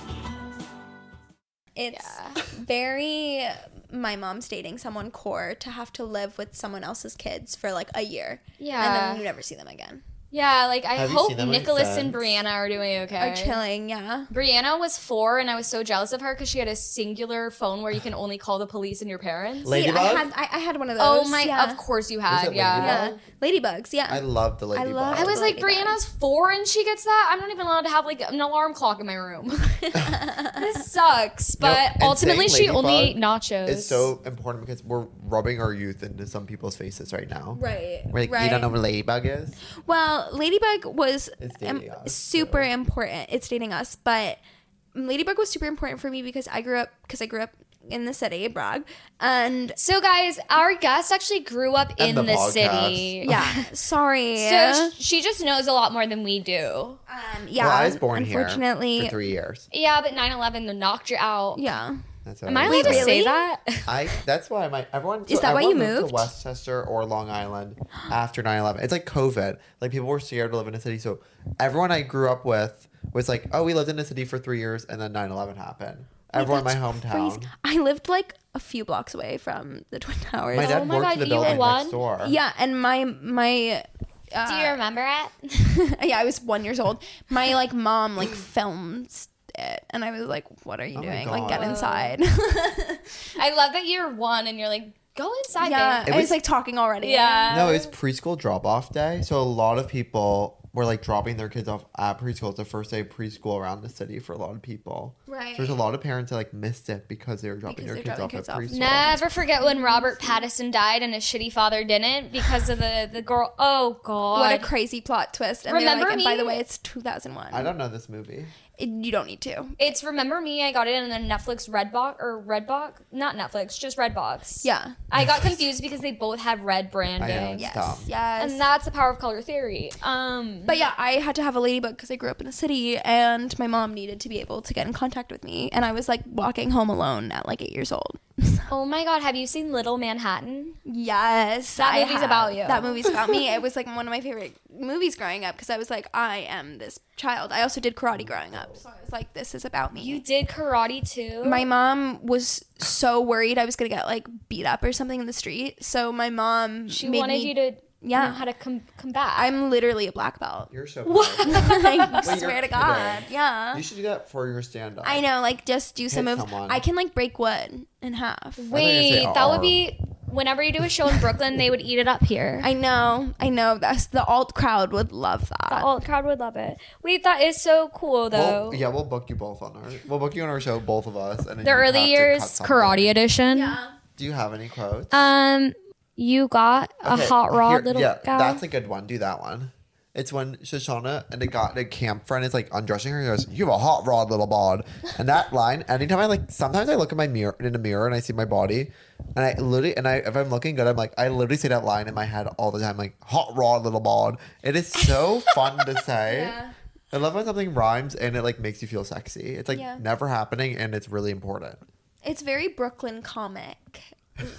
D: It's
C: Yeah.
D: very my mom's dating someone core to have to live with someone else's kids for like a year. And
C: Yeah.
D: then you never see them again.
C: Yeah, like I
B: Have you
C: hope
B: seen them in
C: Nicholas and
B: Friends?
C: Brianna are doing okay.
D: Are chilling, yeah.
C: Brianna was four, and I was so jealous of her because she had a singular phone where you can only call the police and your parents.
B: Like-
D: See, I
B: Ladybug?
D: had I, I had one of those.
C: oh my!
D: yeah.
C: Of course you
B: Was
C: had,
B: it
C: yeah.
B: Ladybug?
D: Yeah. Ladybugs, yeah.
B: I love the lady.
D: love-
C: I was like,
D: Ladybug.
C: Brianna's four, and she gets that. I'm not even allowed to have like an alarm clock in my room. [LAUGHS]
B: [LAUGHS]
C: this sucks, but
B: and saying
C: ultimately she only
B: Ladybug
C: ate nachos.
B: It's so important because we're rubbing our youth into some people's faces right now.
D: [LAUGHS] Right.
B: We're like,
D: right.
B: you don't know what a ladybug is?
D: Well, Ladybug was
B: It's
D: um,
B: dating us,
D: super
B: so-
D: important. It's dating us, but Ladybug was super important for me because I grew up because I grew up in the city, Prague, and
C: So guys, our guest actually grew up
B: And
C: in
B: the
C: the, city.
B: [LAUGHS]
D: yeah, sorry.
C: So sh- she just knows a lot more than we do.
D: um, yeah,
B: well, I was born
D: unfortunately,
B: here for three years.
C: Yeah, but 9/11 then knocked you out.
D: yeah.
B: That's what
A: Am I
B: was
A: allowed to
B: told.
D: Really?
A: say that?
B: I that's why my everyone
D: Is that why you
B: everyone
D: moved?
B: to Westchester or Long Island after 9/11. It's like COVID. Like people were scared to live in a city, so everyone I grew up with was like, "Oh, we lived in a city for 3 years and then 9/11 happened." Everyone in my
D: That's [LAUGHS]
B: hometown.
D: crazy. I lived like a few blocks away from the Twin Towers.
B: My dad
C: my
B: worked
C: God,
B: in the
C: you
B: building
C: won?
B: next door.
D: yeah, and my my uh,
C: Do you remember it?
D: [LAUGHS] yeah, I was one years old. My like
B: [GASPS]
D: mom like filmed it, and I was like, "What are you
B: Oh my
D: doing? Like, get
B: God.
D: inside." [LAUGHS]
C: I love that you're one and you're like, go inside.
D: yeah,
C: babe."
B: It
D: I was
B: was-
D: like talking already.
C: Yeah.
B: No, it was preschool drop off day. So a lot of people were like dropping their kids off at preschool. It's the first day of preschool around the city for a lot of people.
D: Right.
B: So there's a lot of parents that like missed it because they were dropping
D: Because
B: their
D: they're
B: kids
D: dropping
B: off at
D: kids
B: preschool.
C: Never forget when Robert Pattinson died and his shitty father didn't because of the, the girl. Oh, God.
D: What a crazy plot twist! And Remember
C: Remember
D: like, and by the
C: me?
D: way, it's 2001.
B: I don't know this movie.
D: It- you don't need to.
C: it's Remember Me. I got it in the Netflix Redbox or Redbox. Not Netflix, just Redbox.
D: Yeah.
C: I got confused because they both had red
B: I know.
C: branding.
D: Yes.
B: Dumb.
D: Yes.
C: And that's the power of color theory. Um,
D: but yeah, I had to have a ladybug because I grew up in a city, and my mom needed to be able to get in contact with me, and I was like walking home alone at like eight years old.
C: oh my God, have you seen Little Manhattan?
D: Yes,
C: That
D: I
C: movie's
D: have.
C: about you.
D: That movie's about [LAUGHS] me. It was like one of my favorite movies growing up because I was like, I am this child. I also did karate growing up, so I was like, this is about me.
C: You did karate too.
D: my mom was so worried I was gonna get like beat up or something in the street, so my mom
C: she
D: made
C: wanted
D: me-
C: you to Mhm.
D: Yeah.
C: know how to com- combat.
D: I'm literally a black belt.
C: [LAUGHS]
D: [LAUGHS]
B: You're so what?
D: I
B: you're
D: swear to
B: kidding.
D: God, yeah.
C: Uh.
B: You should do that for your stand up.
D: I know, like just do some
B: Hit
D: moves.
B: someone.
D: I can like break wood in half.
B: gonna say
C: Wait, that would
B: arm.
C: be whenever you do a show in Brooklyn, they would eat it up here.
D: I know, I know. That's the alt crowd would love
C: the
D: that.
C: alt crowd would love it. Wait, that is so cool though.
B: We'll, yeah, we'll book you both on our. We'll book you on our show, both of us. And then
C: The
B: you have
C: early
B: to
C: years
B: cut something.
C: karate edition.
B: Do you have any quotes?
C: Um, you got a
B: Okay,
C: hot rod
B: here-
C: little guy.
B: That's a good one. Do that one. It's when Shoshana and the guy, the camp friend is like undressing her. and goes, "You have a hot rod, little bod." And that
C: [LAUGHS]
B: line, anytime I like, sometimes I look in my mirror in a mirror and I see my body, and I literally, and I if I'm looking good, I'm like, I literally say that line in my head all the time, like "hot rod, little bod." It is so
C: [LAUGHS]
B: fun to say. I love when something rhymes and it like makes you feel sexy. It's like
D: Yeah.
B: never happening and it's really important.
D: It's very Brooklyn comic.
C: [LAUGHS]
D: It's,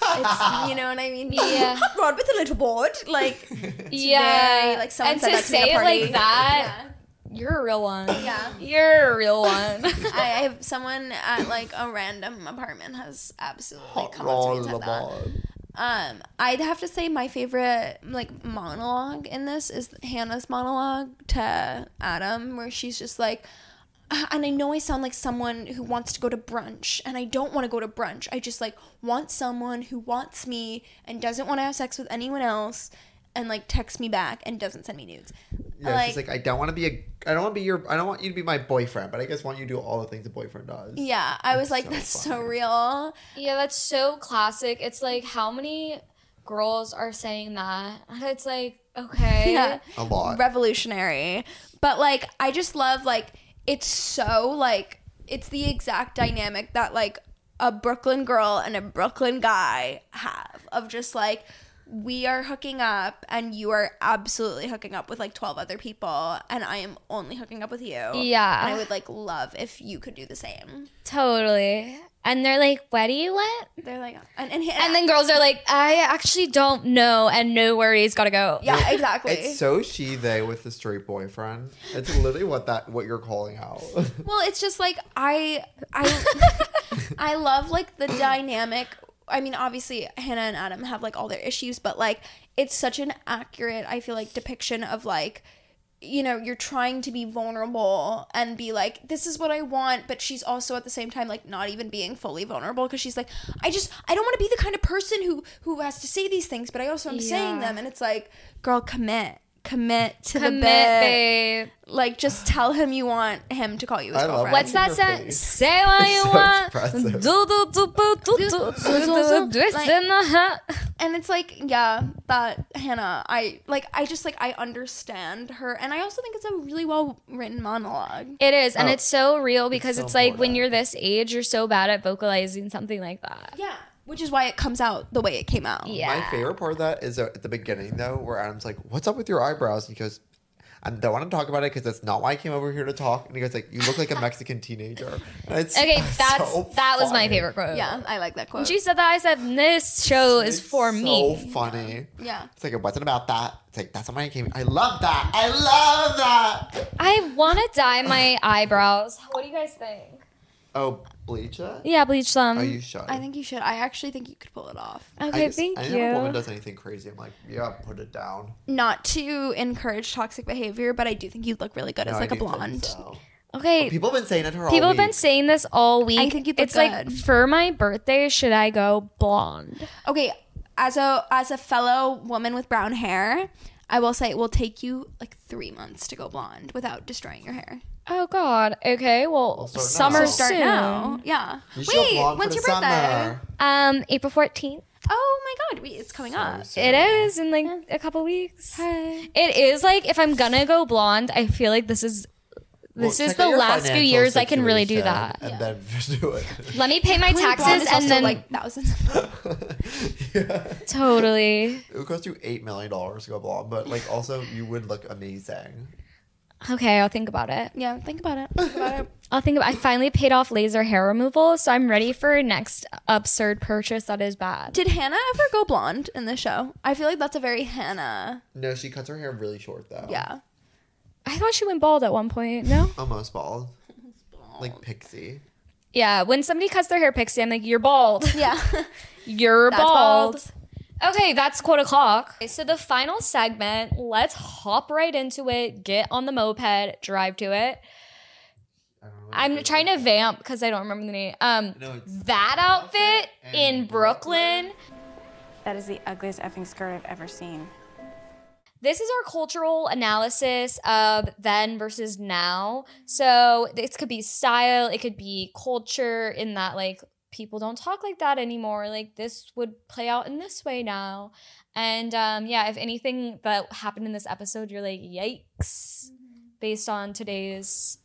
D: you know what I mean? [LAUGHS]
C: Yeah.
D: Hot rod with a little board, like
C: yeah,
D: very- like, someone
C: and
D: said
C: to
D: that to me at
C: say
D: a
C: it
D: party.
C: like that, you're a real one.
D: Yeah.
C: you're a real one.
B: [LAUGHS]
D: [LAUGHS] I, I have someone at like a random apartment has absolutely
B: Hot
D: come up to
B: rod,
D: me and
B: little
D: said that.
B: bod.
D: Um, I'd have to say my favorite like monologue in this is Hannah's monologue to Adam, where she's just like. "Uh, And I know I sound like someone who wants to go to brunch, and I don't want to go to brunch. I just like want someone who wants me and doesn't want to have sex with anyone else, and like texts me back and doesn't send me nudes.
B: Yeah, she's like, I don't want to be a, I don't want to be your, I don't want you to be my boyfriend, but I guess want you to do all the things a boyfriend does.
D: Yeah, I was like,
B: so
D: that's so
B: funny.
D: real.
C: yeah, that's so classic. It's like how many girls are saying that? It's like
F: Okay.
C: [LAUGHS]
D: yeah.
B: a lot.
D: revolutionary. But like I just love like it's so like it's the exact dynamic that like a Brooklyn girl and a Brooklyn guy have of just like we are hooking up and you are absolutely hooking up with like 12 other people and I am only hooking up with you.
F: Yeah.
D: And I would like love if you could do the same.
C: Totally. And they're like, "What do you want?"
D: They're like and and,
C: And then girls are like, "I actually don't know." And no worries, gotta go. [LAUGHS]
D: yeah, exactly.
B: It's so she they with the straight boyfriend. It's literally what that what you're calling out. [LAUGHS]
D: Well, it's just like I
C: [LAUGHS]
D: I I love like the dynamic. I mean, obviously Hannah and Adam have like all their issues, but like it's such an accurate, I feel like depiction of like you know, you're trying to be vulnerable and be like this is what I want, but she's also at the same time like not even being fully vulnerable because she's like I just I don't want to be the kind of person who who has to say these things, but I also am saying
C: Yeah.
D: them and it's like girl commit commit to
C: Commit,
D: the bit.
C: babe.
D: Like, just tell him you want him to call you his
B: I love
D: girlfriend.
C: What's that
B: Your
C: say?
B: face.
C: Say
B: [LAUGHS]
C: what you
B: so
C: want. [LAUGHS]
B: expressive.
C: Do do do do do do do do do do.
D: Like-
C: Then, uh,
D: And it's like, yeah, that Hannah. I like. I just like. I understand her, and I also think it's a really well written monologue.
C: It is, and
B: Oh.
C: it's so real because
B: so
C: it's, like when
B: important.
C: you're this age, you're so bad at vocalizing something like that.
D: Yeah, which is why it comes out the way it came out.
C: Yeah.
B: My favorite part of that is uh, at the beginning though, where Adam's like, "What's up with your eyebrows?" And he goes, "I don't want to talk about it because that's not why I came over here to talk." And he goes like, "You look like a Mexican teenager." And it's
C: [LAUGHS]
B: [LAUGHS]
C: Okay,
B: so
C: that's that was my
B: funny.
C: favorite quote.
D: Yeah, I like that quote.
C: She said that I said this show is
B: It's
C: for me.
B: So funny.
D: yeah,
B: It's like it wasn't about that. It's like that's not why I came. I love that. I love that.
C: I want to dye my eyebrows.
F: What do you guys think?
B: Oh, bleach it.
C: Yeah, bleach them.
B: Oh, you should.
D: I think you should. I actually think you could pull it off.
C: okay,
B: I just-
C: thank
B: anytime a woman
C: you.
B: does anything crazy, I'm like, yeah, put it down.
D: Not to encourage toxic behavior, but I do think you'd look really good
B: No,
D: as
B: I
D: like a
B: do think
D: blonde.
B: so.
C: Okay, people,
B: People have been saying it to her. all
C: have been
B: week.
C: saying this all week.
D: think you'd look
C: it's like
D: good.
C: for my birthday, should I go blonde?
D: Okay, as a as a fellow woman with brown hair, I will say it will take you like three months to go blonde without destroying your hair.
C: Oh God. Okay. Well,
B: Well, start now.
C: summer
B: We'll
D: Start
C: soon.
D: now. Yeah.
B: You should go blonde for the summer.
C: Um, April fourteenth.
D: Oh my god, wait, it's coming up.
B: So
C: uh, It is in like a couple weeks. It is like if I'm gonna go blonde, I feel like this is
B: Well,
C: this is
B: check out
C: the
B: your
C: last few
B: financial
C: years I can really do
B: situation
C: that.
B: And then [LAUGHS] do it.
C: Let me pay my
D: Blonde
C: taxes
D: is also,
C: and then
D: like thousands. [LAUGHS]
B: [LAUGHS]
D: Of
B: yeah.
C: totally.
B: It would cost you eight million dollars to go blonde, but like also you would look amazing.
C: Okay, I'll think about it.
D: yeah, think about it. Think about it.
C: I'll think about I finally paid off laser hair removal, so I'm ready for next absurd purchase that is bad.
D: [LAUGHS] Did Hannah ever go blonde in the show? I feel like that's a very Hannah.
B: No, she cuts her hair really short though.
D: Yeah.
C: I thought she went bald at one point, no?
B: Almost bald. Like pixie.
C: Yeah, when somebody cuts their hair pixie, I'm like, you're bald. [LAUGHS]
B: [LAUGHS]
D: Yeah.
C: You're
D: That's
C: bald. Okay, that's quote o'clock. Okay, so the final segment, let's hop right into it, get on the moped, drive to it.
B: I don't know.
C: I'm trying to vamp because I don't remember the name. Um,
B: No, it's-
C: that outfit in Brooklyn.
E: That is the ugliest effing skirt I've ever seen.
C: This is our cultural analysis of then versus now. So this could be style, it could be culture, in that like people don't talk like that anymore. Like this would play out in this way now. And um, yeah, if anything that happened in this episode, you're like, yikes,
B: Mm-hmm.
C: based on today's.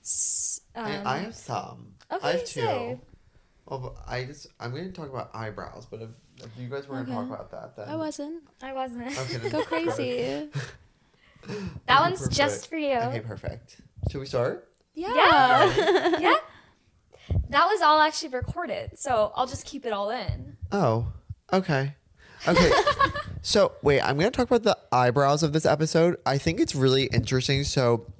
C: s- Um,
B: I, I have some.
C: okay,
B: I have two.
C: say.
B: Well, but I just I'm going to talk about eyebrows, but if, if you guys were going to talk about that, then
D: I wasn't.
C: I wasn't.
D: [LAUGHS]
B: I'm kidding.
D: Go
B: [LAUGHS]
D: crazy.
C: That
B: Okay,
C: one's just
B: perfect.
C: for you.
B: Okay, perfect. Should we start?
D: Yeah.
C: yeah. [LAUGHS] That was all actually recorded, so I'll just keep it all in.
B: Oh, okay. Okay. so, wait, I'm going to talk about the eyebrows of this episode. I think it's really interesting. So,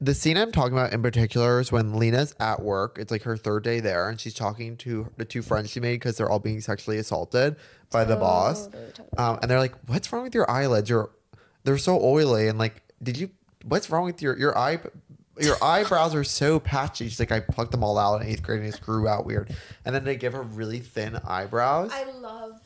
B: the scene I'm talking about in particular is when Lena's at work. It's like her third day there, and she's talking to the two friends she made because they're all being sexually assaulted by the boss. Um, and they're like, "What's wrong with your eyelids? You're, they're so oily." And like, did you? What's wrong with your your eye? Your eyebrows are so patchy. She's like, "I plucked them all out in eighth grade, and it grew out weird." And then they give her really thin eyebrows.
D: I love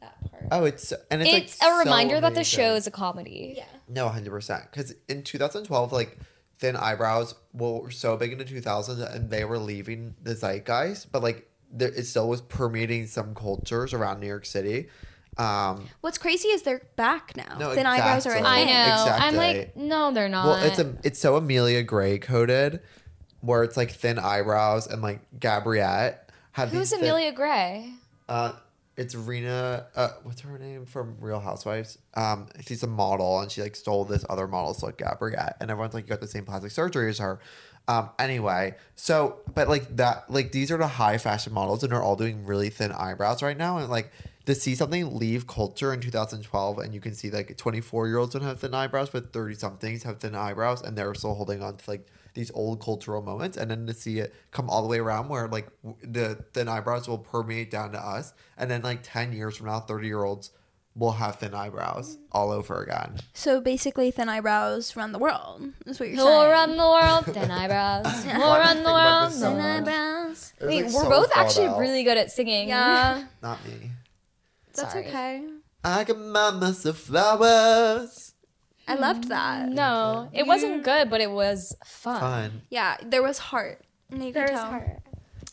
D: that
B: [LAUGHS]
D: part.
B: Oh, it's and it's,
C: It's,
B: like,
C: a
B: so
C: reminder that the
B: amazing.
C: show is a comedy.
D: Yeah.
B: no, hundred percent. Because in 2012, like thin eyebrows were so big in the 2000s, and they were leaving the zeitgeist, but like there, it still was permeating some cultures around New York City. Um,
D: What's crazy is they're back now.
B: No,
D: Thin eyebrows are a
B: exactly.
A: I
D: thing.
A: know. I'm
B: Exactly.
A: like, no, they're not.
B: well,
C: Uh,
B: it's a it's so Amelia Gray coded, where it's like thin eyebrows and like Gabriette have these
C: Who's
B: thin-
C: Amelia Gray?
B: Uh, it's Rena. Uh, what's her name from Real Housewives? Um, she's a model, and she like stole this other model's look, Gabrielle, and everyone's like, "You got the same plastic surgery as her." Um, anyway, so but like that, like these are the high fashion models, and they're all doing really thin eyebrows right now, and like to see something leave culture in 2012, and you can see like 24 year olds don't have thin eyebrows, but 30 somethings have thin eyebrows, and they're still holding on to like these old cultural moments and then to see it come all the way around where like w- the thin eyebrows will permeate down to us and then like 10 years from now 30 year olds will have thin eyebrows all over again
D: So basically, thin eyebrows run the world. Is what you're
A: Who'll
D: saying.
A: run the
B: [LAUGHS]
A: world? Thin eyebrows. Who'll
B: Why do you
A: run
B: think
A: the
B: about
A: world?
B: this so
A: Thin
D: Thin
B: much?
A: eyebrows.
D: eyebrows.
B: It was,
C: Wait,
B: like,
C: we're
B: so
C: both
B: thought
C: actually
B: out.
C: really good at singing.
D: Yeah,
B: not me
D: that's
C: Sorry.
D: okay.
B: i got mama some flowers
D: I loved
B: Hmm.
C: [LAUGHS]
D: that.
C: No, it wasn't good, but it was fun.
B: fun
D: Yeah, there was heart. You could tell.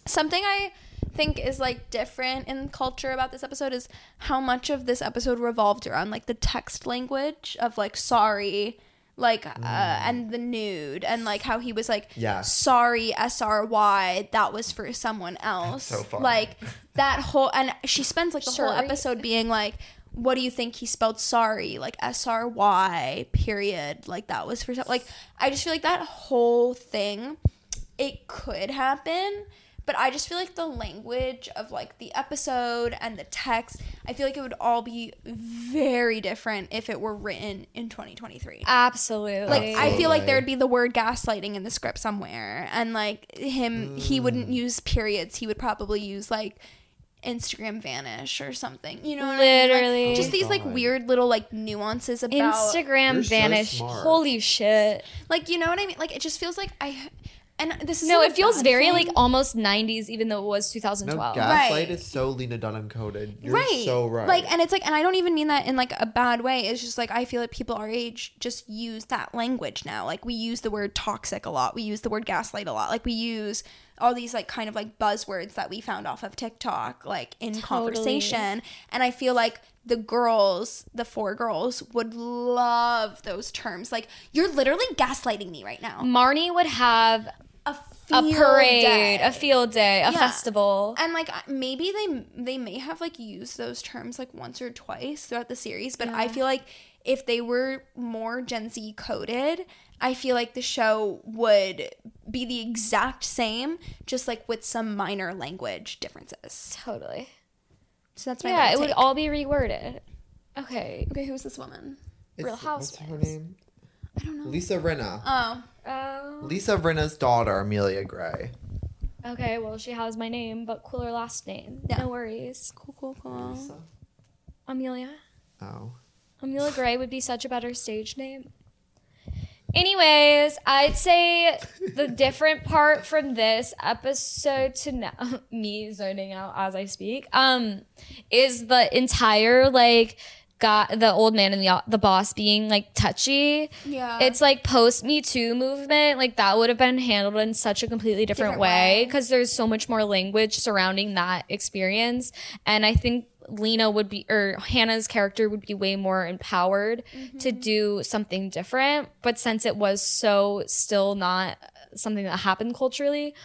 D: Something I think is like different in culture about this episode is how much of this episode revolved around like the text language of like sorry like uh, and the nude and like how he was like
B: Mm. Yeah.
D: sorry s r y that was for someone else
B: so funny.
D: like that whole and she spends like the whole
C: Sorry.
D: episode being like what do you think he spelled sorry like s r y period like that was for some like I just feel like that whole thing it could happen but i just feel like the language of like the episode and the text i feel like it would all be very different if it were written in 2023
C: Absolutely.
D: like i feel like
B: Absolutely.
D: there would be the word gaslighting in the script somewhere and like him he wouldn't use periods he would probably use like instagram vanish or something you know what I mean?
C: Literally.
D: Like, just these like
B: God.
D: weird little like nuances about
C: Instagram
B: You're so
C: vanished.
B: smart.
C: Holy shit.
D: like you know what i mean like it just feels like i and this is
C: No, it feels very like almost 90s, even though it was
B: no
C: 2012.
B: gaslight
D: Right.
B: is so lena dunham coded you're so right
D: Like, and it's like, and I don't even mean that in like a bad way. It's just like I feel like people our age just use that language now. Like we use the word toxic a lot. We use the word gaslight a lot. Like we use all these like kind of like buzzwords that we found off of TikTok, like in conversation. And I feel like the girls, the four girls, would love those terms. Like you're literally gaslighting me right now.
C: Marnie would have
D: A,
C: a
D: field
C: parade,
D: day.
C: a field day, a
D: Yeah.
C: festival.
D: and like I- maybe they they may have like used those terms like once or twice throughout the series but i feel like if they were more gen z coded i feel like the show would be the exact same just like with some minor language differences
C: Totally.
D: so that's my
C: Yeah, it would
D: all
C: all be reworded. Okay.
D: okay who's this woman
B: It's-
C: Real
B: what's her
C: Housewives.
B: name i don't know lisa renna
D: oh
C: Oh.
B: lisa renna's daughter amelia gray
C: Okay, well, she has my name, but cooler last name.
D: Yeah.
C: No worries.
D: cool cool cool
B: Lisa?
C: Amelia.
B: oh
C: Amelia Gray would be such a better stage name. Anyways, I'd say the different part from this episode to now, [LAUGHS] me zoning out as I speak, um, is the entire like got the old man and the the boss being like touchy.
D: yeah
C: It's like post Me Too movement. Like that would have been handled in such a completely different,
D: Different
C: way
D: way.
C: because there's so much more language surrounding that experience. And I think Lena would be, or Hannah's character would be way more empowered
D: Mm-hmm.
C: to do something different. But since it was so still not something that happened culturally,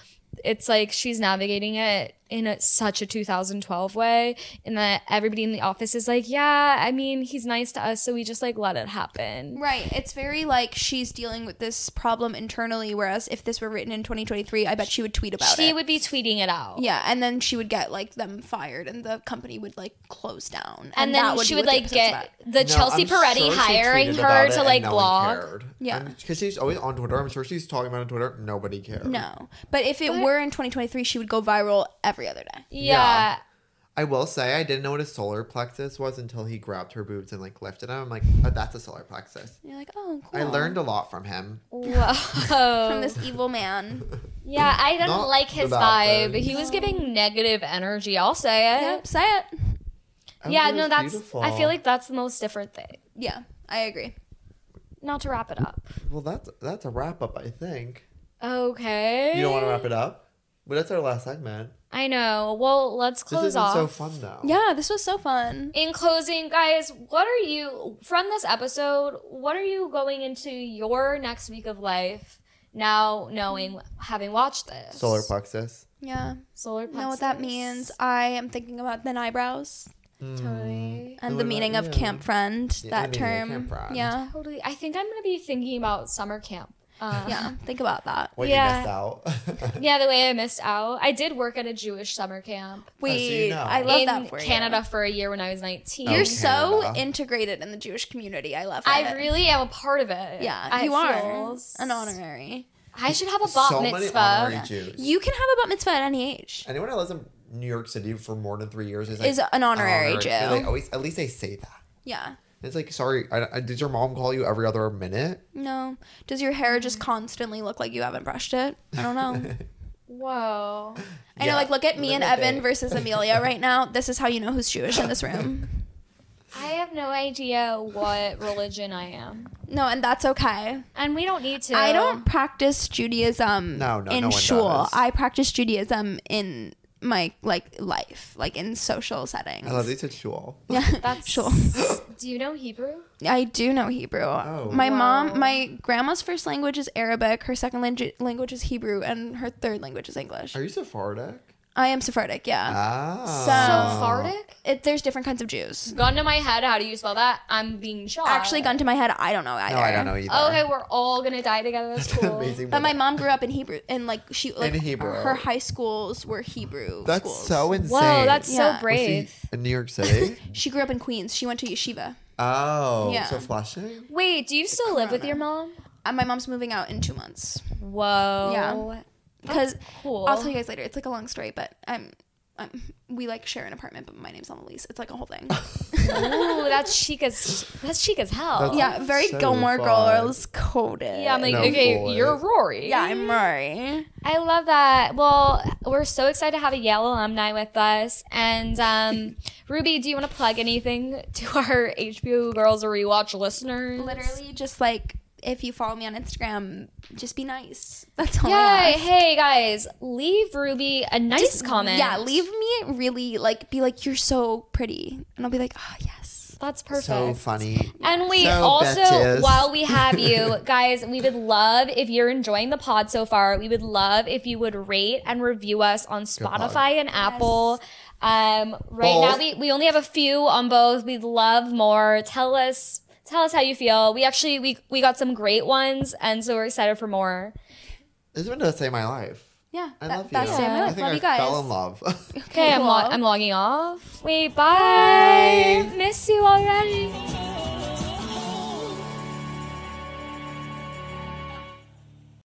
C: it's like she's navigating it in a, such a 2012 way in that everybody in the office is like yeah i mean he's nice to us so we just like let it happen
D: Right. It's very like she's dealing with this problem internally, whereas if this were written in 2023, I bet she would tweet about it.
C: she would be tweeting it out.
D: Yeah, and then she would get like them fired, and the company would like close down,
C: And, then she
D: be
C: would
D: what the
C: like
D: episode's
C: get
D: about.
C: the
B: No,
C: Chelsea
B: I'm
C: Peretti
B: sure she
C: hiring
B: tweeted about
C: her
B: it
C: to
B: and
C: like
B: no one
C: blog.
B: cared.
D: Yeah.
B: because she's always on Twitter. I'm sure she's talking about it on Twitter. Nobody cares.
D: no. But if it were in 2023, she would go viral every other day.
C: Yeah.
B: I will say I didn't know what a solar plexus was until he grabbed her boobs and like lifted them. I'm like, oh, that's a solar plexus.
D: And you're like, oh, cool.
B: I learned a lot from him.
C: Whoa.
D: from this evil man.
C: yeah, I didn't
B: Not
C: like his
B: the
C: vibe.
B: bad
C: He
B: things.
C: was giving negative energy. I'll say it.
D: yep, say it.
B: Oh,
C: Yeah,
B: it
C: no,
B: was
C: that's.
B: beautiful.
C: I feel like that's the most different thing.
D: Yeah, I agree.
C: Not to wrap it up.
B: well, that's that's a wrap up. I think
C: Okay.
B: you don't want to wrap it up. But that's our last segment.
A: I know. Well, let's
B: This
A: close
B: is
A: off.
B: so fun though.
D: Yeah, this was so fun.
C: In closing, guys, what are you from this episode? What are you going into your next week of life now, knowing having watched this
B: Solar plexus.
D: Yeah.
C: solar
D: You know what that means? I am thinking about thin eyebrows
B: Hmm.
C: Totally.
D: and
B: What
D: the
B: about
D: meaning
B: you?
D: of camp friend.
B: Yeah,
D: that
B: the meaning of
D: term.
B: camp friend.
D: Yeah.
C: Totally. I think I'm gonna be thinking about summer camp. Um,
D: Yeah. Think about that.
B: What
C: Yeah.
B: you missed [LAUGHS] out.
C: [LAUGHS] Yeah, the way I missed out. I did work at a Jewish summer camp
D: We.
B: know.
D: I love
C: in
D: that for you.
C: Canada for a year when I was 19.
D: You're
B: Oh,
D: so
B: Canada.
D: integrated in the Jewish community. I love it.
C: I really am a part of it.
D: Yeah,
C: I
D: you are
C: feels-
D: an honorary.
C: I should have a bat
B: so many honorary
C: mitzvah.
B: Jews.
D: You can have a bat mitzvah at any age.
B: Anyone that lives in New York City for more than three years is, like,
D: Is an honorary Jew.
B: They always, at least they say that.
D: Yeah.
B: It's like, sorry, I, I- did your mom call you every other minute?
D: No. Does your hair just constantly look like you haven't brushed it? I
B: [LAUGHS]
D: don't know.
C: Whoa.
D: I know,
B: Yeah.
D: like, look at me
B: Look
D: and
B: at
D: Evan
B: that.
D: versus
B: [LAUGHS]
D: Amelia right now. This is how you know who's Jewish in this room.
C: I have no idea what religion I am.
D: No, and that's okay.
C: And we don't need to.
D: I don't practice Judaism
B: No, no,
D: in
B: no one
D: shul.
B: does.
D: I practice Judaism in my like life, like in social settings.
B: I love these at shul.
D: Yeah,
C: That's
D: shul.
C: [GASPS] Do you know Hebrew?
D: I do know Hebrew.
B: Oh.
D: My
C: Wow.
D: mom, my grandma's first language is Arabic, her second langu- language is Hebrew, and her third language is English.
B: Are you Sephardic?
D: I am Sephardic, yeah.
B: Ah.
C: Sephardic?
D: It, there's different kinds of Jews.
C: Gun to my head. How do you spell that? I'm being shot.
D: Actually, gun to my head, I don't know either.
B: No, I don't know either. [LAUGHS]
C: Okay, we're all gonna die together. That's cool.
B: Amazing.
D: But my mom grew up in Hebrew, and like she, like
B: Hebrew.
D: her high schools were Hebrew
B: That's
D: schools.
B: so insane.
C: Whoa, that's
D: Yeah.
C: so
B: Was she
C: brave.
B: in New York City.
D: [LAUGHS] She grew up in Queens. She went to yeshiva.
B: oh,
D: Yeah.
B: so Flushing.
C: Wait, do you still live with
D: corona.
C: your mom?
D: And Uh, my mom's moving out in two months
C: Whoa.
D: Yeah. because
C: Cool.
D: I'll tell you guys later. It's like a long story, but I'm, I'm we like share an apartment, but my name's on the lease. It's like a whole thing.
C: Ooh, that's chic as that's chic as hell.
B: That's-
D: yeah, very
B: So
D: Gilmore
B: fun.
D: Girls coded.
C: yeah, I'm like,
B: No
C: okay,
B: boy.
C: you're Rory.
D: yeah, I'm Murray.
C: I love that. Well, we're so excited to have a Yale alumni with us. And
D: [LAUGHS]
C: um, Ruby, do you want to plug anything to our HBO Girls Rewatch listeners?
D: Literally, just like if you follow me on Instagram, just be nice. [LAUGHS] That's all. I
C: Yay!
D: ask.
C: Hey guys, leave Ruby a nice comment.
D: Yeah, leave me really like be like you're so pretty, and I'll be like, oh yes.
C: That's perfect.
B: So funny.
C: And we
B: So
C: also,
B: bitches.
C: while we have
B: [LAUGHS]
C: you guys, we would love if you're enjoying the pod so far. We would love if you would rate and review us on
B: pod.
C: Spotify and Apple. Um, right now,
B: Both.
C: we, we only have a few on both. We'd love more. Tell us tell us how you feel. We actually we we got some great ones, and so we're excited for more.
B: This has been to save my life.
D: Yeah,
B: I
D: that-
B: love you.
D: that's
C: it. I
B: I
D: love
B: think I
D: you guys.
B: fell in love. [LAUGHS]
C: Okay, I'm, lo-
D: Cool.
C: I'm logging off. Wait, bye. Miss you already.